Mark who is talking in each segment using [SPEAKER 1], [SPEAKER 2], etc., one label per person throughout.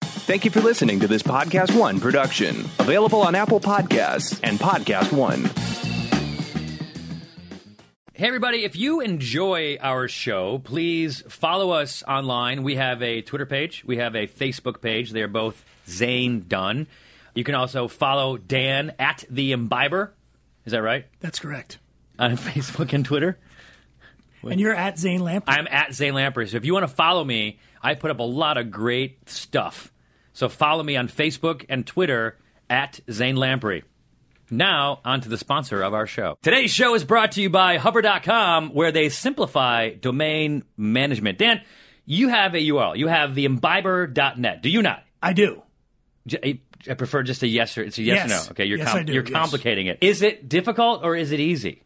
[SPEAKER 1] Thank you for listening to this Podcast One production, available on Apple Podcasts and Podcast One.
[SPEAKER 2] Hey, everybody, if you enjoy our show, please follow us online. We have a Twitter page, we have a Facebook page. They're both Zane Dunn. You can also follow Dan at The Imbiber. Is that right?
[SPEAKER 3] That's correct.
[SPEAKER 2] On Facebook and Twitter.
[SPEAKER 3] And you're at Zane Lamp.
[SPEAKER 2] I'm at Zane Lamprey. So if you want to follow me, I put up a lot of great stuff. So follow me on Facebook and Twitter at Zane Lamprey. Now, on to the sponsor of our show. Today's show is brought to you by Hover.com, where they simplify domain management. Dan, you have a URL. You have the imbiber.net. Do you not?
[SPEAKER 3] I do.
[SPEAKER 2] J- I- I prefer just a yes or it's a yes,
[SPEAKER 3] Yes.
[SPEAKER 2] or no. Okay, you're
[SPEAKER 3] Yes, I do,
[SPEAKER 2] you're
[SPEAKER 3] yes.
[SPEAKER 2] complicating it. Is it difficult or is it easy?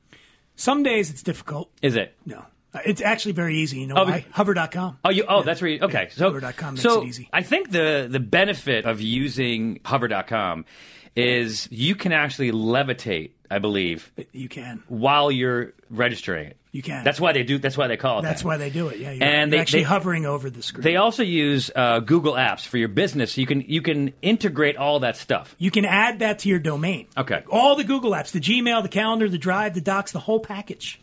[SPEAKER 3] Some days it's difficult.
[SPEAKER 2] Is it?
[SPEAKER 3] No. Uh, It's actually very easy. You know
[SPEAKER 2] Oh,
[SPEAKER 3] why?
[SPEAKER 2] be-
[SPEAKER 3] Hover.com.
[SPEAKER 2] Oh, you. Oh, that's where. You, okay, so
[SPEAKER 3] Hover.com makes
[SPEAKER 2] so
[SPEAKER 3] it easy.
[SPEAKER 2] I think the the benefit of using Hover.com is you can actually levitate. I believe
[SPEAKER 3] You can.
[SPEAKER 2] while you're registering it.
[SPEAKER 3] You can.
[SPEAKER 2] That's why they do. That's why they call it.
[SPEAKER 3] That's
[SPEAKER 2] that.
[SPEAKER 3] why they do it. Yeah. You're,
[SPEAKER 2] And
[SPEAKER 3] you're
[SPEAKER 2] they-
[SPEAKER 3] actually
[SPEAKER 2] they-
[SPEAKER 3] hovering over the screen.
[SPEAKER 2] They also use uh, Google Apps for your business. You can you can integrate all that stuff.
[SPEAKER 3] you can add that to your domain.
[SPEAKER 2] Okay.
[SPEAKER 3] All the Google apps, the Gmail, the calendar, the Drive, the Docs, the whole package.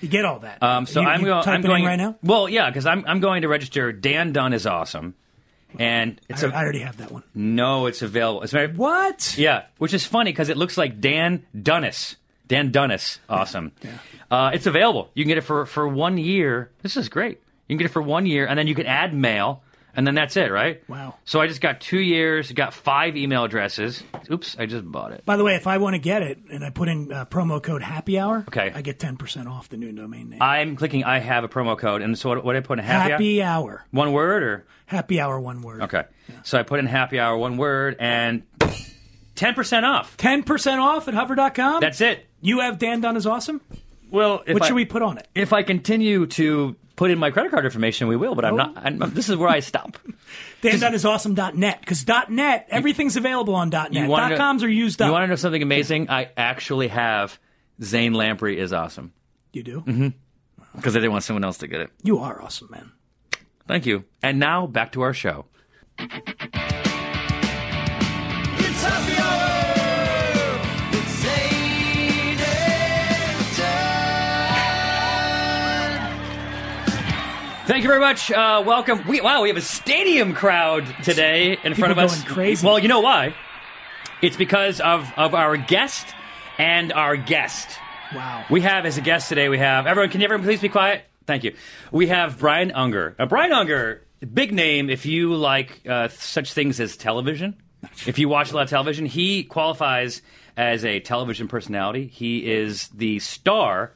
[SPEAKER 3] You get all that.
[SPEAKER 2] Um, so
[SPEAKER 3] You-
[SPEAKER 2] I'm,
[SPEAKER 3] you
[SPEAKER 2] go-
[SPEAKER 3] type
[SPEAKER 2] I'm
[SPEAKER 3] it in
[SPEAKER 2] going
[SPEAKER 3] right now.
[SPEAKER 2] Well, yeah, because I'm I'm going to register. Dan Dunn is awesome, and it's
[SPEAKER 3] I
[SPEAKER 2] a
[SPEAKER 3] I already have that one.
[SPEAKER 2] no, it's available. It's very
[SPEAKER 3] What?
[SPEAKER 2] Yeah, which is funny because it looks like Dan Dunnis. Dan Dunnis, awesome. Uh, it's available. You can get it for for one year. This is great. You can get it for one year, and then you can add mail, and then that's it, right?
[SPEAKER 3] Wow.
[SPEAKER 2] So I just got two years. Got five email addresses. Oops, I just bought it.
[SPEAKER 3] By the way, if I want to get it and I put in uh, promo code happy hour,
[SPEAKER 2] Okay.
[SPEAKER 3] I get 10% off the new domain name.
[SPEAKER 2] I'm clicking. I have a promo code, and so what, what did I put in happy,
[SPEAKER 3] happy hour.
[SPEAKER 2] one word or
[SPEAKER 3] Happy hour, one word.
[SPEAKER 2] okay. So I put in happy hour one word and ten percent off.
[SPEAKER 3] 10% off at hover.com.
[SPEAKER 2] That's it.
[SPEAKER 3] You have Dan Dunn is awesome.
[SPEAKER 2] Well, if
[SPEAKER 3] What
[SPEAKER 2] I-
[SPEAKER 3] should we put on it?
[SPEAKER 2] If I continue to put in my credit card information, we will. But
[SPEAKER 3] Oh.
[SPEAKER 2] I'm not. I'm, this is where I stop.
[SPEAKER 3] DanDunnisAwesome.net because .net everything's available on .net.
[SPEAKER 2] wanna know-
[SPEAKER 3] .coms are used up.
[SPEAKER 2] You want to know something amazing? I actually have Zane Lamprey is awesome
[SPEAKER 3] You do.
[SPEAKER 2] Mm-hmm. because I didn't want someone else to get it.
[SPEAKER 3] You are awesome, man.
[SPEAKER 2] Thank you. And now back to our show.
[SPEAKER 4] It's happy hour with Zane and Dan.
[SPEAKER 2] Thank you very much. Uh, welcome. We, wow, we have a stadium crowd today in front of
[SPEAKER 3] People
[SPEAKER 2] us.
[SPEAKER 3] going crazy.
[SPEAKER 2] Well, you know why? It's because of of our guest and our guest.
[SPEAKER 3] Wow.
[SPEAKER 2] We have as a guest today, we have everyone. Can everyone please be quiet? Thank you. We have Brian Unger. Uh, Brian Unger, big name if you like uh, such things as television. If you watch a lot of television, he qualifies as a television personality. He is the star,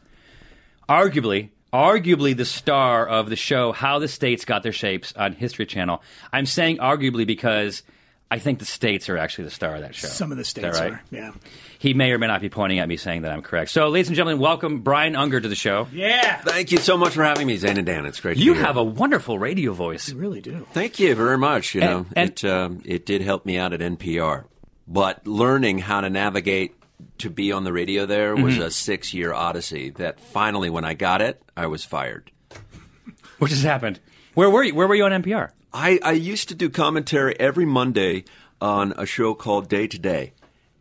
[SPEAKER 2] arguably, arguably the star of the show How the States Got Their Shapes on History Channel. I'm saying arguably because I think the states are actually the star of that show.
[SPEAKER 3] Some of the
[SPEAKER 2] Is that
[SPEAKER 3] states
[SPEAKER 2] right?
[SPEAKER 3] are. Yeah.
[SPEAKER 2] He may or may not be pointing at me saying that I'm correct. So, ladies and gentlemen, welcome Brian Unger to the show.
[SPEAKER 3] Yeah.
[SPEAKER 5] Thank you so much for having me, Zane and Dan. It's great to
[SPEAKER 2] You
[SPEAKER 5] be here.
[SPEAKER 2] have a wonderful radio voice.
[SPEAKER 3] You really do.
[SPEAKER 5] Thank you very much. You know,
[SPEAKER 2] and-
[SPEAKER 5] it um, it did help me out at NPR, but learning how to navigate to be on the radio there was
[SPEAKER 2] Mm-hmm.
[SPEAKER 5] a six year odyssey. That finally, when I got it, I was fired.
[SPEAKER 2] What just happened? Where were you? Where were you on NPR?
[SPEAKER 5] I, I used to do commentary every Monday on a show called Day to Day.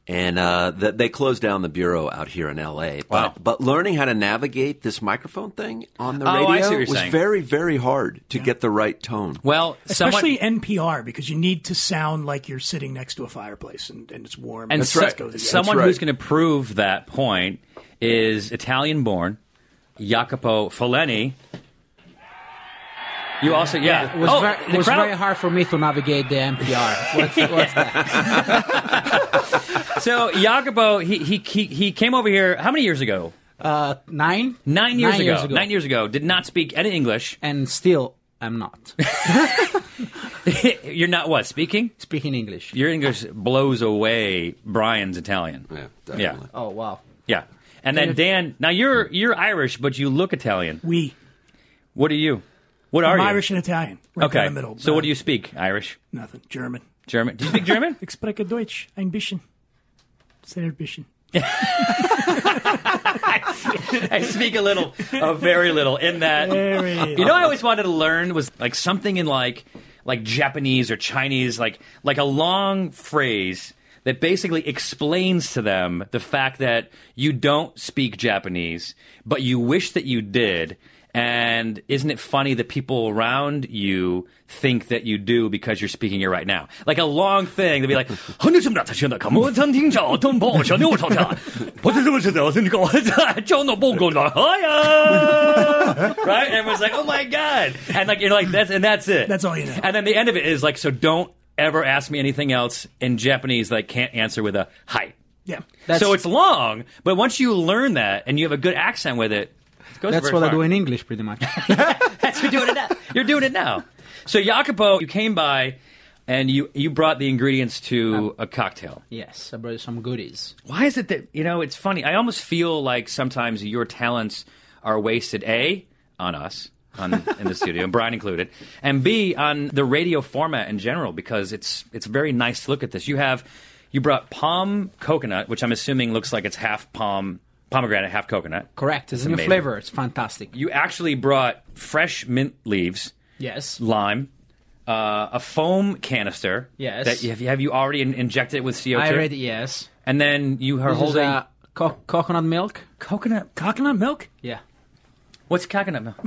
[SPEAKER 5] And uh, th- they closed down the bureau out here in LA. But,
[SPEAKER 2] Wow.
[SPEAKER 5] but learning how to navigate this microphone thing on the
[SPEAKER 2] Oh, I see what
[SPEAKER 5] radio
[SPEAKER 2] you're
[SPEAKER 5] was
[SPEAKER 2] saying.
[SPEAKER 5] very, very hard to get the right tone.
[SPEAKER 2] Well,
[SPEAKER 3] Especially NPR because you need to sound like you're sitting next to a fireplace and, and it's warm.
[SPEAKER 2] and
[SPEAKER 3] It's
[SPEAKER 2] so-
[SPEAKER 5] right.
[SPEAKER 3] goes together.
[SPEAKER 2] someone
[SPEAKER 5] That's right.
[SPEAKER 2] who's going to prove that point is Italian-born Jacopo Fellini. You also, yeah,
[SPEAKER 6] It was,
[SPEAKER 2] Oh,
[SPEAKER 6] very,
[SPEAKER 2] the
[SPEAKER 6] it was
[SPEAKER 2] crowd-
[SPEAKER 6] very hard for me to navigate the NPR. What's, what's that?
[SPEAKER 2] So Jacopo, he, he he he came over here. How many years ago?
[SPEAKER 6] Nine?
[SPEAKER 2] Nine years, ago. Nine years ago. Did not speak any English.
[SPEAKER 6] And still, I'm not
[SPEAKER 2] You're not what speaking.
[SPEAKER 6] speaking English.
[SPEAKER 2] Your English blows away Brian's Italian.
[SPEAKER 5] Yeah,
[SPEAKER 2] Yeah.
[SPEAKER 5] definitely.
[SPEAKER 6] oh, wow.
[SPEAKER 2] Yeah. And then Dan, now you're you're Irish, but you look Italian.
[SPEAKER 3] we.
[SPEAKER 2] What are you? What are
[SPEAKER 3] I'm
[SPEAKER 2] you?
[SPEAKER 3] Irish and Italian. Right
[SPEAKER 2] Okay.
[SPEAKER 3] down the middle.
[SPEAKER 2] so
[SPEAKER 3] Uh,
[SPEAKER 2] what do you speak? Irish,
[SPEAKER 3] Nothing. German.
[SPEAKER 2] German? Do you speak German?
[SPEAKER 3] Ich spreche Deutsch. Ein bisschen. Sehr bisschen.
[SPEAKER 2] I speak a little, a very little. In that,
[SPEAKER 3] Very
[SPEAKER 2] you know, I always wanted to learn was like something in like like Japanese or Chinese, like like a long phrase that basically explains to them the fact that you don't speak Japanese, but you wish that you did. And isn't it funny that people around you think that you do because you're speaking it right now? Like a long thing. They'll be like, right? Everyone's like, oh my God. And like, you're like, that's, and that's it.
[SPEAKER 3] That's all you know.
[SPEAKER 2] And then the end of it is like, so don't ever ask me anything else in Japanese that I can't answer with a hi.
[SPEAKER 3] Yeah.
[SPEAKER 6] That's-
[SPEAKER 2] so it's long, but once you learn that and you have a good accent with it, it goes
[SPEAKER 6] That's
[SPEAKER 2] very
[SPEAKER 6] what I
[SPEAKER 2] far.
[SPEAKER 6] do in English, pretty much.
[SPEAKER 2] That's you're doing it now. You're doing it now. So Jacopo, you came by and you you brought the ingredients to a cocktail.
[SPEAKER 6] yes, I brought you some goodies.
[SPEAKER 2] Why is it that you know it's funny? I almost feel like sometimes your talents are wasted. A on us. on, in the studio, and Brian included, and B on the radio format in general because it's it's a very nice to look at this. You have you brought palm coconut, which I'm assuming looks like it's half palm pomegranate, half coconut.
[SPEAKER 6] Correct. It's a new
[SPEAKER 2] amazing.
[SPEAKER 6] flavor. It's fantastic.
[SPEAKER 2] You actually brought fresh mint leaves,
[SPEAKER 6] Yes.
[SPEAKER 2] lime, uh, a foam canister.
[SPEAKER 6] Yes.
[SPEAKER 2] That you have, have you already in- injected it with CO2?
[SPEAKER 6] I read it, yes.
[SPEAKER 2] And then you are
[SPEAKER 6] This is
[SPEAKER 2] holding
[SPEAKER 6] uh, co- coconut milk.
[SPEAKER 2] coconut.
[SPEAKER 3] Coconut milk?
[SPEAKER 6] Yeah.
[SPEAKER 2] What's coconut milk?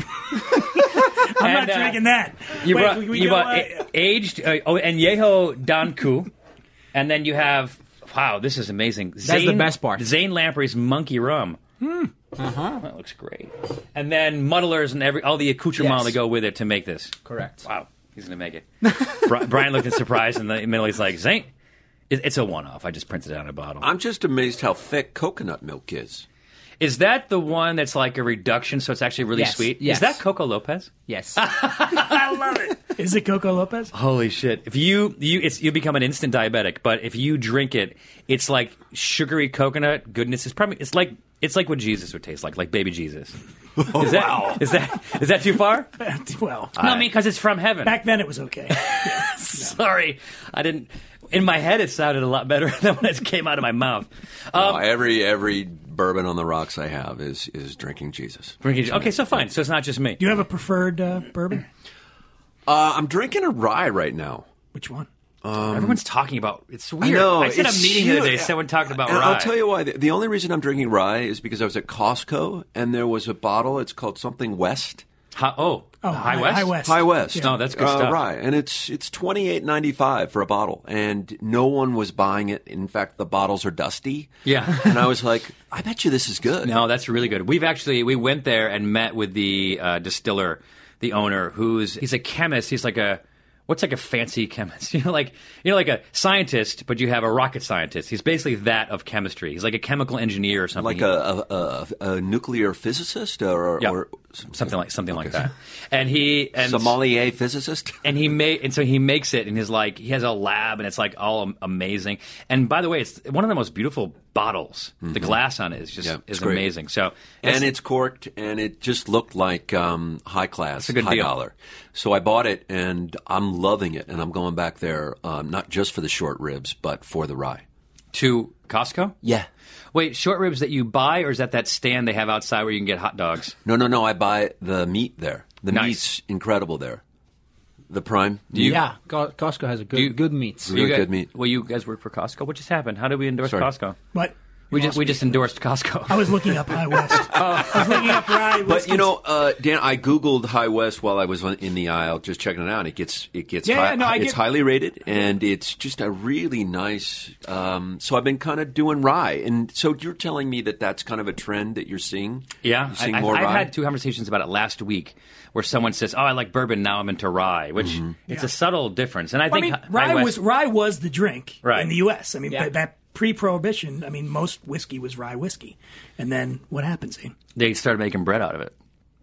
[SPEAKER 3] I'm
[SPEAKER 2] And,
[SPEAKER 3] not
[SPEAKER 2] uh,
[SPEAKER 3] drinking that.
[SPEAKER 2] You
[SPEAKER 3] Wait,
[SPEAKER 2] brought,
[SPEAKER 3] we- we
[SPEAKER 2] you
[SPEAKER 3] go,
[SPEAKER 2] brought
[SPEAKER 3] uh,
[SPEAKER 2] a- aged uh, oh, and Yeho Danku, and then you have wow, this is amazing.
[SPEAKER 6] That's the best part. Uh-huh.
[SPEAKER 2] Zane Lamprey's monkey rum. Hmm. Uh huh. That looks great. And then muddlers and every all the accoutrements
[SPEAKER 6] Yes.
[SPEAKER 2] that go with it to make this.
[SPEAKER 6] Correct.
[SPEAKER 2] Wow, he's gonna make it. Bri- Brian looked in surprise, and the middle he's like, "Zane, it- it's a one-off. I just printed it on a bottle."
[SPEAKER 5] I'm just amazed how thick coconut milk is.
[SPEAKER 2] Is that the one that's like a reduction, so it's actually really
[SPEAKER 6] Yes,
[SPEAKER 2] sweet?
[SPEAKER 6] yes.
[SPEAKER 2] Is that Coco Lopez?
[SPEAKER 6] Yes.
[SPEAKER 3] I love it. Is it Coco Lopez?
[SPEAKER 2] Holy shit! If you you it's you become an instant diabetic, but if you drink it, it's like sugary coconut goodness. It's probably it's like it's like what Jesus would taste like, like baby Jesus. Is that is that is that too far?
[SPEAKER 3] well,
[SPEAKER 2] No, I mean because it's from heaven.
[SPEAKER 3] back then it was okay.
[SPEAKER 2] Sorry, I didn't. In my head, it sounded a lot better than when it came out of my mouth.
[SPEAKER 5] Uh,
[SPEAKER 2] Um,
[SPEAKER 5] every every bourbon on the rocks I have is is drinking Jesus.
[SPEAKER 2] Drinking- Okay, so fine. So it's not just me.
[SPEAKER 3] Do you have a preferred uh, bourbon?
[SPEAKER 5] Uh, I'm drinking a rye right now.
[SPEAKER 3] Which one?
[SPEAKER 2] Everyone's talking about Um, it's weird.
[SPEAKER 5] know,
[SPEAKER 2] said a
[SPEAKER 5] it's
[SPEAKER 2] meeting the other day.
[SPEAKER 5] huge.
[SPEAKER 2] Someone talked about
[SPEAKER 5] And
[SPEAKER 2] rye.
[SPEAKER 5] I'll tell you why. The, the only reason I'm drinking rye is because I was at Costco and there was a bottle. It's called something West.
[SPEAKER 2] Hi- oh,
[SPEAKER 3] Oh,
[SPEAKER 2] High
[SPEAKER 3] Hi-
[SPEAKER 2] West.
[SPEAKER 3] High West.
[SPEAKER 5] High West.
[SPEAKER 2] No, that's good
[SPEAKER 5] uh,
[SPEAKER 2] stuff.
[SPEAKER 5] Rye, and it's it's twenty eight ninety five for a bottle, and no one was buying it. In fact, the bottles are dusty.
[SPEAKER 2] Yeah.
[SPEAKER 5] and I was like, I bet you this is good.
[SPEAKER 2] No, that's really good. We've actually we went there and met with the uh, distiller, the owner, who's he's a chemist. He's like a what's like a fancy chemist, you know, like you know, like a scientist, but you have a rocket scientist. He's basically that of chemistry. He's like a chemical engineer or something.
[SPEAKER 5] Like
[SPEAKER 2] He-
[SPEAKER 5] a, a, a, a nuclear physicist or,
[SPEAKER 2] yeah,
[SPEAKER 5] or
[SPEAKER 2] something like something like that. And he and
[SPEAKER 5] sommelier physicist.
[SPEAKER 2] and he made and so he makes it and he's like he has a lab and it's like all am- amazing and by the way it's one of the most beautiful bottles the glass on it is just
[SPEAKER 5] Mm-hmm. Yeah, it's
[SPEAKER 2] is
[SPEAKER 5] great.
[SPEAKER 2] amazing so
[SPEAKER 5] and it's corked, and it just looked like um, high class,
[SPEAKER 2] a good
[SPEAKER 5] high
[SPEAKER 2] deal.
[SPEAKER 5] dollar. So I bought it, and I'm loving it, and I'm going back there um, not just for the short ribs, but for the rye.
[SPEAKER 2] to Costco
[SPEAKER 5] Yeah.
[SPEAKER 2] Wait, short ribs that you buy, or is that that stand they have outside where you can get hot dogs?
[SPEAKER 5] No, no, no. I buy the meat there. The
[SPEAKER 2] Nice.
[SPEAKER 5] meat's incredible there. The prime. Do
[SPEAKER 6] yeah. Co- Costco has a good
[SPEAKER 2] you-
[SPEAKER 6] good meats.
[SPEAKER 5] Really
[SPEAKER 2] You guys-
[SPEAKER 5] good meat.
[SPEAKER 2] Well, you guys work for Costco. What just happened? How did we endorse
[SPEAKER 5] Sorry.
[SPEAKER 2] Costco?
[SPEAKER 3] What?
[SPEAKER 2] We just we just endorsed Costco.
[SPEAKER 3] I was looking up High West.
[SPEAKER 2] Oh.
[SPEAKER 3] I was looking up Rye.
[SPEAKER 5] But you know, uh, Dan, I googled High West while I was on- in the aisle, just checking it out. It gets it gets
[SPEAKER 3] Yeah,
[SPEAKER 5] high,
[SPEAKER 3] yeah, no, I
[SPEAKER 5] it's
[SPEAKER 3] get-
[SPEAKER 5] highly rated, and it's just a really nice. Um, so I've been kind of doing rye, and so you're telling me that that's kind of a trend that you're seeing.
[SPEAKER 2] Yeah,
[SPEAKER 5] you're
[SPEAKER 2] I,
[SPEAKER 5] seeing
[SPEAKER 2] I've-
[SPEAKER 5] more
[SPEAKER 2] I've
[SPEAKER 5] rye.
[SPEAKER 2] had two conversations about it last week, where someone says, "Oh, I like bourbon now. I'm into rye," which
[SPEAKER 5] Mm-hmm.
[SPEAKER 2] it's
[SPEAKER 3] Yeah.
[SPEAKER 2] a subtle difference. And I
[SPEAKER 3] I
[SPEAKER 2] think
[SPEAKER 3] mean,
[SPEAKER 2] Hi-
[SPEAKER 3] rye
[SPEAKER 2] High West-
[SPEAKER 3] was rye was the drink
[SPEAKER 2] Right.
[SPEAKER 3] in the U.S. I mean,
[SPEAKER 6] Yeah.
[SPEAKER 3] ba- back pre-prohibition, I mean, most whiskey was rye whiskey, and then what happens? Ian?
[SPEAKER 2] they started making bread out of it,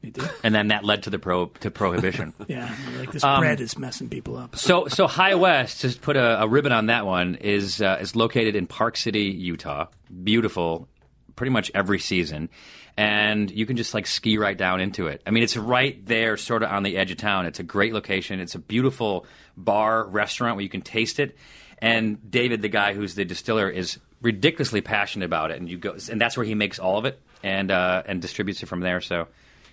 [SPEAKER 3] They did.
[SPEAKER 2] and then that led to the pro to prohibition.
[SPEAKER 3] Yeah, like this
[SPEAKER 2] Um,
[SPEAKER 3] bread is messing people up.
[SPEAKER 2] So, so High West, just put a, a ribbon on that one, is uh, is located in Park City, Utah. Beautiful, pretty much every season, and you can just like ski right down into it. I mean, it's right there, sort of on the edge of town. It's a great location. It's a beautiful bar restaurant where you can taste it. And David, the guy who's the distiller, is ridiculously passionate about it, and you go, and that's where he makes all of it and uh, and distributes it from there. So.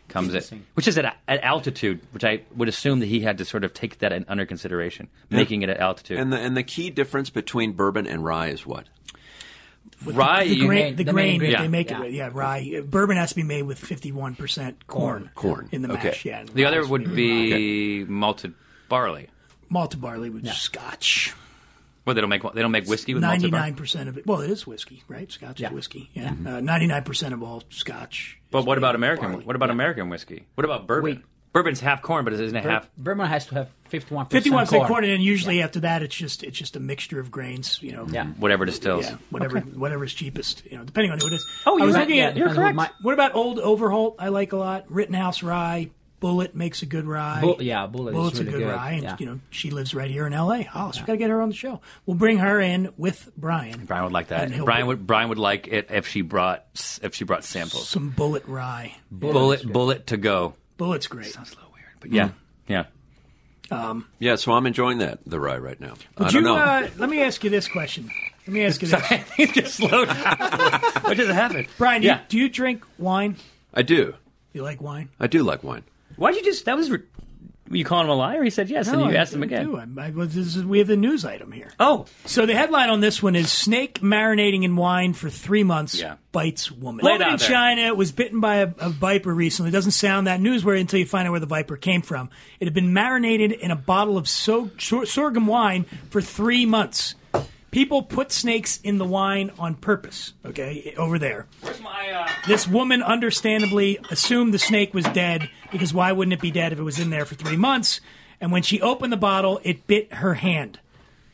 [SPEAKER 2] comes at, which is at, at altitude, which I would assume that he had to sort of take that in, under consideration, making it at altitude.
[SPEAKER 5] And the and the key difference between bourbon and rye is what?
[SPEAKER 2] rye,
[SPEAKER 3] The
[SPEAKER 2] you-
[SPEAKER 3] grain, the
[SPEAKER 6] the main
[SPEAKER 3] grain that
[SPEAKER 6] ingredient,
[SPEAKER 3] they make it
[SPEAKER 6] yeah.
[SPEAKER 3] with, yeah, rye. Bourbon has to be made with fifty-one percent corn,
[SPEAKER 5] Corn.
[SPEAKER 3] in the
[SPEAKER 5] Okay.
[SPEAKER 3] mash. Yeah, and
[SPEAKER 2] the other
[SPEAKER 3] rye's
[SPEAKER 2] would be malted barley.
[SPEAKER 3] malted barley with Scotch.
[SPEAKER 2] Well, they don't make they don't make whiskey with malted barley. Mm-hmm.
[SPEAKER 3] Ninety-nine percent of it. Well, it is whiskey, right? Scotch
[SPEAKER 6] Yeah.
[SPEAKER 3] is whiskey. Yeah, Uh, ninety-nine percent of all Scotch. is
[SPEAKER 2] But what
[SPEAKER 3] made
[SPEAKER 2] about
[SPEAKER 3] with
[SPEAKER 2] American?
[SPEAKER 3] barley.
[SPEAKER 2] What about American whiskey? What about bourbon?
[SPEAKER 6] Wait.
[SPEAKER 2] Bourbon's half corn, but isn't it half?
[SPEAKER 6] Burma has to have 51%
[SPEAKER 3] Fifty-one
[SPEAKER 6] corn.
[SPEAKER 3] percent corn, and then usually after that, it's just it's just a mixture of grains. You know.
[SPEAKER 6] Yeah.
[SPEAKER 2] Whatever distills.
[SPEAKER 3] Yeah, whatever, whatever is cheapest, you know, depending on who it is.
[SPEAKER 2] Oh,
[SPEAKER 3] I
[SPEAKER 2] you're
[SPEAKER 3] was
[SPEAKER 2] right.
[SPEAKER 3] looking
[SPEAKER 2] Yeah,
[SPEAKER 3] at.
[SPEAKER 2] you're
[SPEAKER 6] depends on what
[SPEAKER 2] correct.
[SPEAKER 6] my-
[SPEAKER 3] What about old Overholt? I like a lot. Rittenhouse Rye, Bullet makes a good rye.
[SPEAKER 6] Bull- yeah, Bullet is
[SPEAKER 3] Bullet's
[SPEAKER 6] really
[SPEAKER 3] a good,
[SPEAKER 6] good,
[SPEAKER 3] rye, and
[SPEAKER 6] yeah.
[SPEAKER 3] you know she lives right here in L.A. Hollis, we gotta get her on the show. We'll bring her in with Brian.
[SPEAKER 2] Brian would like that.
[SPEAKER 3] And he'll
[SPEAKER 2] Brian
[SPEAKER 3] be-
[SPEAKER 2] would Brian would like it if she brought s- if she brought samples.
[SPEAKER 3] Some Bullet Rye.
[SPEAKER 2] bullet bullet to go.
[SPEAKER 3] Bullet's great. Sounds a little weird, but
[SPEAKER 2] Yeah, yeah.
[SPEAKER 5] Yeah, so I'm enjoying that the rye right now. I
[SPEAKER 3] Would
[SPEAKER 5] don't
[SPEAKER 3] you?
[SPEAKER 5] know.
[SPEAKER 3] Uh, let me ask you this question. Let me ask you this,
[SPEAKER 2] He just slowed. down. what just happened,
[SPEAKER 3] Brian. Do,
[SPEAKER 2] Yeah.
[SPEAKER 3] you, do you drink wine?
[SPEAKER 5] I do.
[SPEAKER 3] You like wine?
[SPEAKER 5] I do like wine.
[SPEAKER 2] Why'd you just? That was. Re- were you calling him a liar? He said yes, and you
[SPEAKER 3] I-
[SPEAKER 2] asked him
[SPEAKER 3] I
[SPEAKER 2] again.
[SPEAKER 3] do. I- I- well, this is- we have the news item here.
[SPEAKER 2] Oh,
[SPEAKER 3] So the headline on this one is snake marinating in wine for three months
[SPEAKER 2] Yeah.
[SPEAKER 3] bites woman.
[SPEAKER 2] Lay it
[SPEAKER 3] woman
[SPEAKER 2] out
[SPEAKER 3] in
[SPEAKER 2] there.
[SPEAKER 3] China was bitten by a, a viper recently. Doesn't sound that newsworthy until you find out where the viper came from. It had been marinated in a bottle of so- sor- sorghum wine for three months. People put snakes in the wine on purpose. Okay, over there.
[SPEAKER 2] where's my? Uh...
[SPEAKER 3] This woman understandably assumed the snake was dead because why wouldn't it be dead if it was in there for three months? And when she opened the bottle, it bit her hand.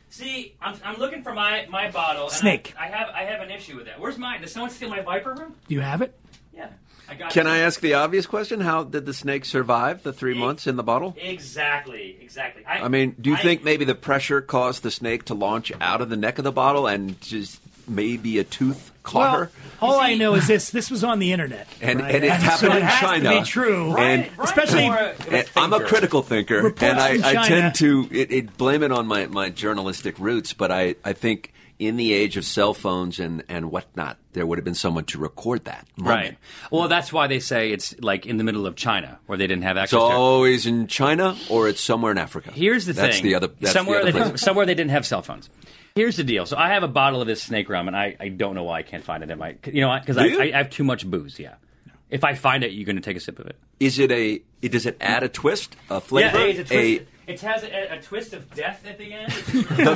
[SPEAKER 2] See, I'm, I'm looking for my my bottle. and
[SPEAKER 3] Snake.
[SPEAKER 2] I, I have I have an issue with that. Where's mine? Did someone steal my viper room?
[SPEAKER 3] Do you have it?
[SPEAKER 2] Yeah, I got.
[SPEAKER 5] Can
[SPEAKER 2] it.
[SPEAKER 5] I ask the obvious question? How did the snake survive the three months in the bottle?
[SPEAKER 2] Exactly, exactly.
[SPEAKER 5] I mean, do you think maybe the pressure caused the snake to launch out of the neck of the bottle and just maybe a tooth caught her?
[SPEAKER 3] all I know is this: this was on the internet,
[SPEAKER 5] And-
[SPEAKER 3] right?
[SPEAKER 5] and it happened
[SPEAKER 3] so it
[SPEAKER 5] in
[SPEAKER 3] has
[SPEAKER 5] China.
[SPEAKER 3] To be true,
[SPEAKER 5] And-
[SPEAKER 2] Brian- Brian
[SPEAKER 3] especially
[SPEAKER 2] Moore uh, was
[SPEAKER 5] And I'm a
[SPEAKER 2] thinker.
[SPEAKER 5] critical thinker,
[SPEAKER 3] Reports
[SPEAKER 5] and
[SPEAKER 3] from
[SPEAKER 5] I, I
[SPEAKER 3] China-
[SPEAKER 5] tend to it, it blame it on my, my journalistic roots, but I, I think in the age of cell phones and, and whatnot, there would have been someone to record that. moment.
[SPEAKER 2] Right. Well, that's why they say it's like in the middle of China, where they didn't have
[SPEAKER 5] It's
[SPEAKER 2] access. to it.
[SPEAKER 5] always in China or it's somewhere in Africa.
[SPEAKER 2] Here's the
[SPEAKER 5] that's
[SPEAKER 2] thing.
[SPEAKER 5] The other, that's
[SPEAKER 2] somewhere
[SPEAKER 5] the
[SPEAKER 2] they
[SPEAKER 5] other place.
[SPEAKER 2] didn't- somewhere they didn't have cell phones. Here's the deal. So I have a bottle of this snake rum, and I, I don't know why I can't find it in my. You know, because I,
[SPEAKER 5] Do you?
[SPEAKER 2] I, I have too much booze. Yeah. If I find it, you're going to take a sip of it.
[SPEAKER 5] Is it a? it- Does it add a twist, a flavor?
[SPEAKER 2] it has a, a twist of death at the end.
[SPEAKER 5] the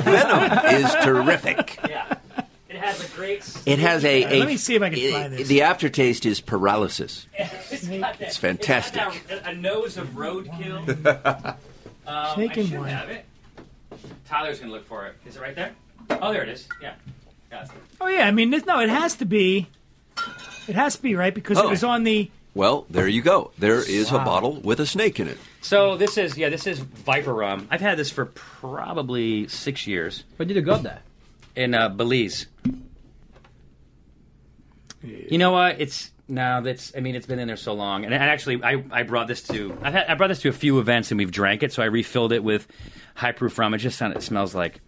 [SPEAKER 5] venom is terrific.
[SPEAKER 2] yeah. It has a great.
[SPEAKER 5] It has a. a
[SPEAKER 3] Let me see if I can find this.
[SPEAKER 5] The aftertaste is paralysis.
[SPEAKER 2] It's, got that-
[SPEAKER 5] It's fantastic.
[SPEAKER 2] it's got that- a nose of roadkill. Um,
[SPEAKER 3] Snake
[SPEAKER 2] I
[SPEAKER 3] and
[SPEAKER 2] should
[SPEAKER 3] wine.
[SPEAKER 2] have it. Tyler's gonna look for it. Is it right there? Oh, there it is. Yeah. Got it.
[SPEAKER 3] oh yeah, I mean, this, no, it has to be, it has to be right because it
[SPEAKER 5] Oh.
[SPEAKER 3] was on the.
[SPEAKER 5] Well, there you go. There is a bottle with a snake in it.
[SPEAKER 2] So this is yeah, this is Viper rum. I've had this for probably six years
[SPEAKER 6] But did you got that?
[SPEAKER 2] in uh, Belize. You know what? It's no, that's. I mean, it's been in there so long, and I- actually, I, I brought this to I've had, I brought this to a few events, and we've drank it. So I refilled it with high proof rum. It just sounded, it smells like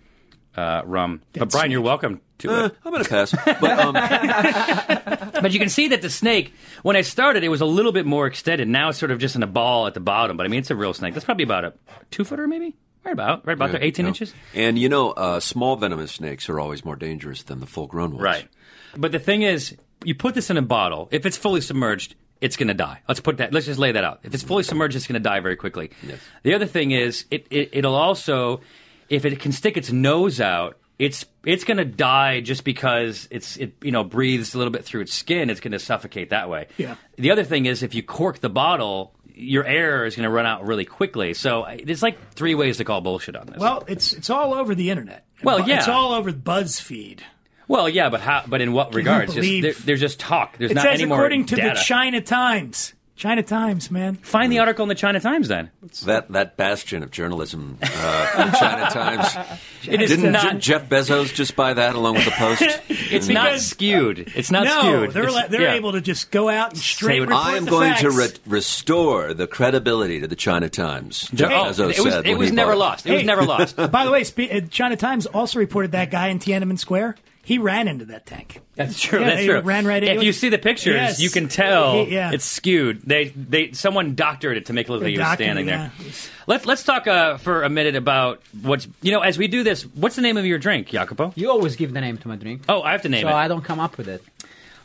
[SPEAKER 2] uh, rum. but Brian, you're welcome to
[SPEAKER 5] Uh,
[SPEAKER 2] it.
[SPEAKER 5] I'm gonna pass. But um,
[SPEAKER 2] But you can see that the snake, when I started, it was a little bit more extended. Now it's sort of just in a ball at the bottom. But I mean, it's a real snake. That's probably about a two footer, maybe. Right about, right about there, eighteen
[SPEAKER 5] no.
[SPEAKER 2] inches.
[SPEAKER 5] And you know, uh, small venomous snakes are always more dangerous than the full-grown ones.
[SPEAKER 2] Right. But the thing is, you put this in a bottle. If it's fully submerged, it's going to die. Let's put that. Let's just lay that out. If it's fully submerged, it's going to die very quickly.
[SPEAKER 5] Yes.
[SPEAKER 2] The other thing is, it, it it'll also, if it can stick its nose out, it's it's going to die just because it's it you know breathes a little bit through its skin. It's going to suffocate that way.
[SPEAKER 3] Yeah.
[SPEAKER 2] The other thing is, if you cork the bottle. Your air is going to run out really quickly, so I- there's like three ways to call bullshit on this.
[SPEAKER 3] Well, it's it's all over the internet.
[SPEAKER 2] Well,
[SPEAKER 3] Bu-
[SPEAKER 2] yeah.
[SPEAKER 3] it's all over BuzzFeed.
[SPEAKER 2] well, yeah, but how? But in what regards? Just,
[SPEAKER 3] believe-
[SPEAKER 2] there, there's just talk. There's
[SPEAKER 3] It
[SPEAKER 2] not
[SPEAKER 3] says
[SPEAKER 2] any more
[SPEAKER 3] according to the
[SPEAKER 2] data.
[SPEAKER 3] China Times. China Times, man.
[SPEAKER 2] Find the article in the China Times then.
[SPEAKER 5] That that bastion of journalism, uh, China Times.
[SPEAKER 2] It is
[SPEAKER 5] Didn't
[SPEAKER 2] not-
[SPEAKER 5] didn't Jeff Bezos just buy that along with the Post?
[SPEAKER 2] It's not skewed. It's not
[SPEAKER 3] no,
[SPEAKER 2] skewed.
[SPEAKER 3] they're
[SPEAKER 2] It's-
[SPEAKER 3] le- they're
[SPEAKER 2] yeah.
[SPEAKER 3] able to just go out and straight.
[SPEAKER 2] what-
[SPEAKER 3] report
[SPEAKER 5] I am
[SPEAKER 3] the
[SPEAKER 5] going to
[SPEAKER 3] facts.
[SPEAKER 5] re- restore the credibility to the China Times. Jeff
[SPEAKER 2] Oh,
[SPEAKER 5] Bezos
[SPEAKER 2] it was,
[SPEAKER 5] said
[SPEAKER 2] it
[SPEAKER 5] when
[SPEAKER 2] was
[SPEAKER 5] he
[SPEAKER 2] never
[SPEAKER 5] bought it.
[SPEAKER 2] lost. It was
[SPEAKER 3] Hey.
[SPEAKER 2] never lost.
[SPEAKER 3] By the way, spe- uh, China Times also reported that guy in Tiananmen Square. He ran into that tank.
[SPEAKER 2] That's true.
[SPEAKER 3] Yeah,
[SPEAKER 2] that's
[SPEAKER 3] they
[SPEAKER 2] true.
[SPEAKER 3] ran right
[SPEAKER 2] if
[SPEAKER 3] into
[SPEAKER 2] you
[SPEAKER 3] it.
[SPEAKER 2] see the pictures,
[SPEAKER 3] Yes.
[SPEAKER 2] you can tell
[SPEAKER 3] Yeah.
[SPEAKER 2] it's skewed. They they someone doctored it to make it look like
[SPEAKER 3] They
[SPEAKER 2] he was
[SPEAKER 3] doctored it,
[SPEAKER 2] standing there.
[SPEAKER 3] yeah.
[SPEAKER 2] Let's let's talk uh, for a minute about what's you know as we do this. What's the name of your drink, Jacopo?
[SPEAKER 6] You always give the name to my drink.
[SPEAKER 2] Oh, I have to name
[SPEAKER 6] so
[SPEAKER 2] it.
[SPEAKER 6] I don't come up with it.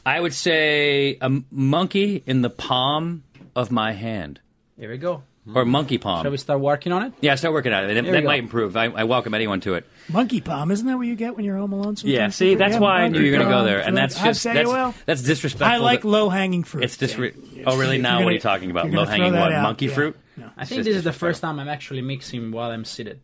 [SPEAKER 2] I would say a m- monkey in the palm of my hand,
[SPEAKER 6] Here we go.
[SPEAKER 2] or monkey palm.
[SPEAKER 6] Shall we start working on it?
[SPEAKER 2] yeah, start working on it. That-
[SPEAKER 6] There we
[SPEAKER 2] that
[SPEAKER 6] go.
[SPEAKER 2] might improve. I, I welcome anyone to it.
[SPEAKER 3] Monkey palm, isn't that what you get when you're home alone? Sometimes?
[SPEAKER 2] Yeah, see, that's
[SPEAKER 3] Yeah,
[SPEAKER 2] why I knew you were going to
[SPEAKER 3] monkey
[SPEAKER 2] go there,
[SPEAKER 3] palm.
[SPEAKER 2] and that's
[SPEAKER 3] I
[SPEAKER 2] just
[SPEAKER 3] say,
[SPEAKER 2] that's,
[SPEAKER 3] well,
[SPEAKER 2] that's disrespectful.
[SPEAKER 3] I like
[SPEAKER 2] to-
[SPEAKER 3] low hanging fruit.
[SPEAKER 2] It's just. Re-
[SPEAKER 3] Yeah.
[SPEAKER 2] oh, really?
[SPEAKER 3] If
[SPEAKER 2] Now
[SPEAKER 3] you're
[SPEAKER 2] what are
[SPEAKER 3] gonna-
[SPEAKER 2] you talking about?
[SPEAKER 3] if you're
[SPEAKER 2] Low
[SPEAKER 3] gonna
[SPEAKER 2] hanging
[SPEAKER 3] throw that
[SPEAKER 2] what?
[SPEAKER 3] out,
[SPEAKER 2] Monkey
[SPEAKER 3] yeah.
[SPEAKER 2] fruit.
[SPEAKER 3] No.
[SPEAKER 6] I think this is the first time I'm actually mixing while I'm seated.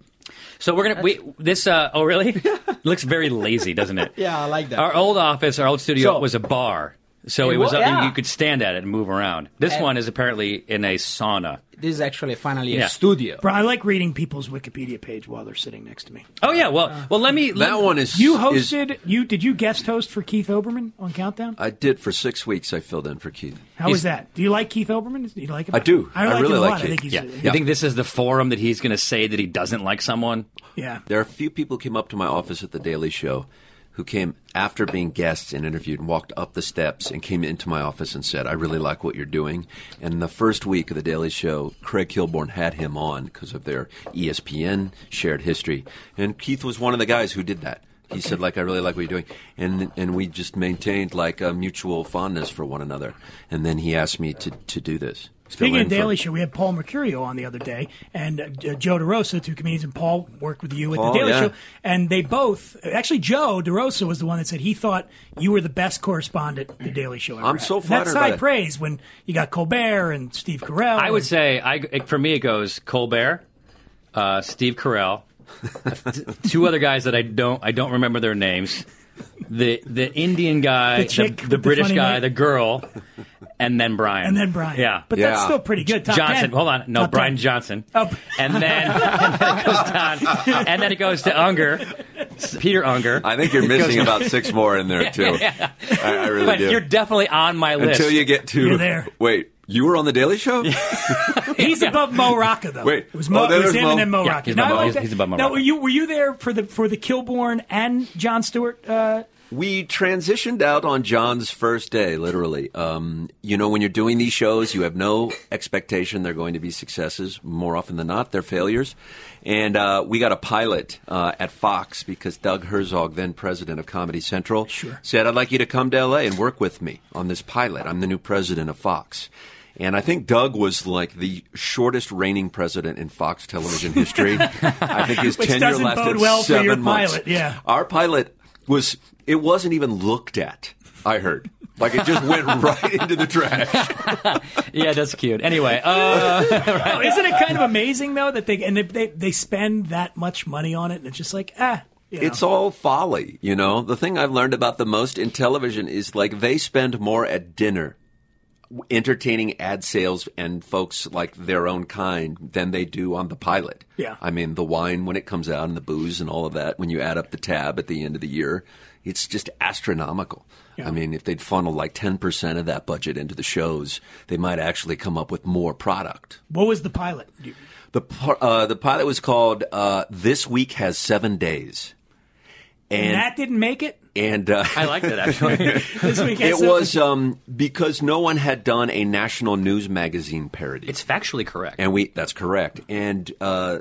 [SPEAKER 2] So we're gonna we this. Uh, oh, really? Looks very lazy, doesn't it?
[SPEAKER 6] Yeah, I like that.
[SPEAKER 2] Our old office, our old studio,
[SPEAKER 6] So-
[SPEAKER 2] was a bar, so
[SPEAKER 6] It
[SPEAKER 2] it was.
[SPEAKER 6] wa- yeah.
[SPEAKER 2] You could stand at it and move around. This
[SPEAKER 6] And-
[SPEAKER 2] one is apparently in a sauna.
[SPEAKER 6] This is actually finally
[SPEAKER 2] Yeah.
[SPEAKER 6] a studio.
[SPEAKER 3] Bro, I like reading people's Wikipedia page while they're sitting next to me.
[SPEAKER 2] Oh yeah. Well, well. Let me.
[SPEAKER 5] That
[SPEAKER 2] let,
[SPEAKER 5] one is
[SPEAKER 3] You
[SPEAKER 5] is-
[SPEAKER 3] hosted. you did you guest host for Keith Oberman on Countdown?
[SPEAKER 5] I did for six weeks. I filled in for Keith.
[SPEAKER 3] How
[SPEAKER 2] he's-
[SPEAKER 3] was that? Do you like Keith Oberman? Do you like him?
[SPEAKER 5] I do.
[SPEAKER 3] I,
[SPEAKER 5] I
[SPEAKER 3] like
[SPEAKER 5] really
[SPEAKER 3] him a
[SPEAKER 5] like
[SPEAKER 3] lot. I
[SPEAKER 5] Keith.
[SPEAKER 3] think he's
[SPEAKER 2] Yeah.
[SPEAKER 3] yeah.
[SPEAKER 2] You think this is the forum that he's going to say that he doesn't like someone?
[SPEAKER 3] yeah.
[SPEAKER 5] There are a few people who came up to my office at the Daily Show who came after being guests and interviewed and walked up the steps and came into my office and said, I really like what you're doing. And the first week of the Daily Show, Craig Kilborn had him on because of their E ESPN shared history. And Keith was one of the guys who did that. He said, like, I really like what you're doing. And, and we just maintained, like, a mutual fondness for one another. And then he asked me to, to do this.
[SPEAKER 3] Speaking
[SPEAKER 5] Fill
[SPEAKER 3] of
[SPEAKER 5] in for-
[SPEAKER 3] Daily Show, we had Paul Mercurio on the other day, and uh, J- Joe DeRosa, two comedians, and Paul worked with you at
[SPEAKER 5] Paul,
[SPEAKER 3] the Daily
[SPEAKER 5] yeah.
[SPEAKER 3] Show, and they both actually Joe DeRosa was the one that said he thought you were the best correspondent the Daily Show. Ever
[SPEAKER 5] I'm
[SPEAKER 3] had.
[SPEAKER 5] so
[SPEAKER 3] And That's
[SPEAKER 5] flattered by
[SPEAKER 3] high
[SPEAKER 5] that.
[SPEAKER 3] praise when you got Colbert and Steve Carell.
[SPEAKER 2] I would
[SPEAKER 3] and-
[SPEAKER 2] say I for me it goes Colbert, uh, Steve Carell, t- two other guys that I don't I don't remember their names. The the Indian guy,
[SPEAKER 3] The chick with the
[SPEAKER 2] British
[SPEAKER 3] funny
[SPEAKER 2] guy,
[SPEAKER 3] name.
[SPEAKER 2] the girl, and then Brian.
[SPEAKER 3] and then Brian.
[SPEAKER 2] Yeah.
[SPEAKER 3] but that's
[SPEAKER 5] Yeah.
[SPEAKER 3] still pretty good. Top
[SPEAKER 2] Johnson,
[SPEAKER 3] 10.
[SPEAKER 2] hold on. No,
[SPEAKER 3] Top
[SPEAKER 2] Brian
[SPEAKER 3] 10.
[SPEAKER 2] Johnson.
[SPEAKER 3] Oh.
[SPEAKER 2] And then, and then it goes down. And then it goes to Unger, S- Peter Unger.
[SPEAKER 5] I think you're missing about six more in there, too. I, I really
[SPEAKER 2] but
[SPEAKER 5] do.
[SPEAKER 2] you're definitely on my list.
[SPEAKER 5] Until you get to
[SPEAKER 3] You're there.
[SPEAKER 5] Wait, you were on the Daily Show?
[SPEAKER 3] Oh, He's above Mo Rocca though.
[SPEAKER 5] Wait.
[SPEAKER 3] it was, Mo,
[SPEAKER 5] Oh,
[SPEAKER 3] it was
[SPEAKER 5] there's
[SPEAKER 3] him
[SPEAKER 5] Mo.
[SPEAKER 3] and then Mo
[SPEAKER 2] Yeah,
[SPEAKER 3] Rocca.
[SPEAKER 2] he's
[SPEAKER 3] No, I
[SPEAKER 2] above-
[SPEAKER 3] like
[SPEAKER 2] he's-
[SPEAKER 3] that.
[SPEAKER 2] he's above Mo
[SPEAKER 3] now,
[SPEAKER 2] Rocca.
[SPEAKER 3] were you were you there for the for the Kilborn and John Stewart? Uh,
[SPEAKER 5] we transitioned out on John's first day, literally. Um, you know, when you're doing these shows, you have no expectation they're going to be successes. More often than not, they're failures. And uh, we got a pilot uh, at Fox because Doug Herzog, then president of Comedy Central,
[SPEAKER 3] Sure.
[SPEAKER 5] said, I'd like you to come to LA and work with me on this pilot. I'm the new president of Fox. And I think Doug was like the shortest reigning president in Fox television history. I think his
[SPEAKER 3] Which
[SPEAKER 5] tenure
[SPEAKER 3] doesn't
[SPEAKER 5] lasted
[SPEAKER 3] bode well for
[SPEAKER 5] seven
[SPEAKER 3] your
[SPEAKER 5] months.
[SPEAKER 3] pilot, yeah.
[SPEAKER 5] Our pilot was it wasn't even looked at. I heard. Like it just went right into the trash.
[SPEAKER 2] yeah, that's cute. Anyway, uh,
[SPEAKER 3] Oh, isn't it kind of amazing though that they and they, they they spend that much money on it and it's just like ah, you know.
[SPEAKER 5] It's all folly, you know. The thing I've learned about the most in television is like they spend more at dinner entertaining ad sales and folks like their own kind than they do on the pilot.
[SPEAKER 3] Yeah.
[SPEAKER 5] I mean, the wine when it comes out and the booze and all of that when you add up the tab at the end of the year, it's just astronomical. I mean, if they'd funnel like 10% of that budget into the shows, they might actually come up with more product.
[SPEAKER 3] what was the pilot? Do you-
[SPEAKER 5] The par- uh, the pilot was called uh, "This Week Has Seven Days,"
[SPEAKER 3] And,
[SPEAKER 5] and
[SPEAKER 3] that didn't make it
[SPEAKER 5] and uh,
[SPEAKER 2] I like that actually.
[SPEAKER 3] this week.
[SPEAKER 5] it
[SPEAKER 3] So-
[SPEAKER 5] was um, because no one had done a national news magazine parody.
[SPEAKER 2] It's factually correct.
[SPEAKER 5] And we that's correct. And uh,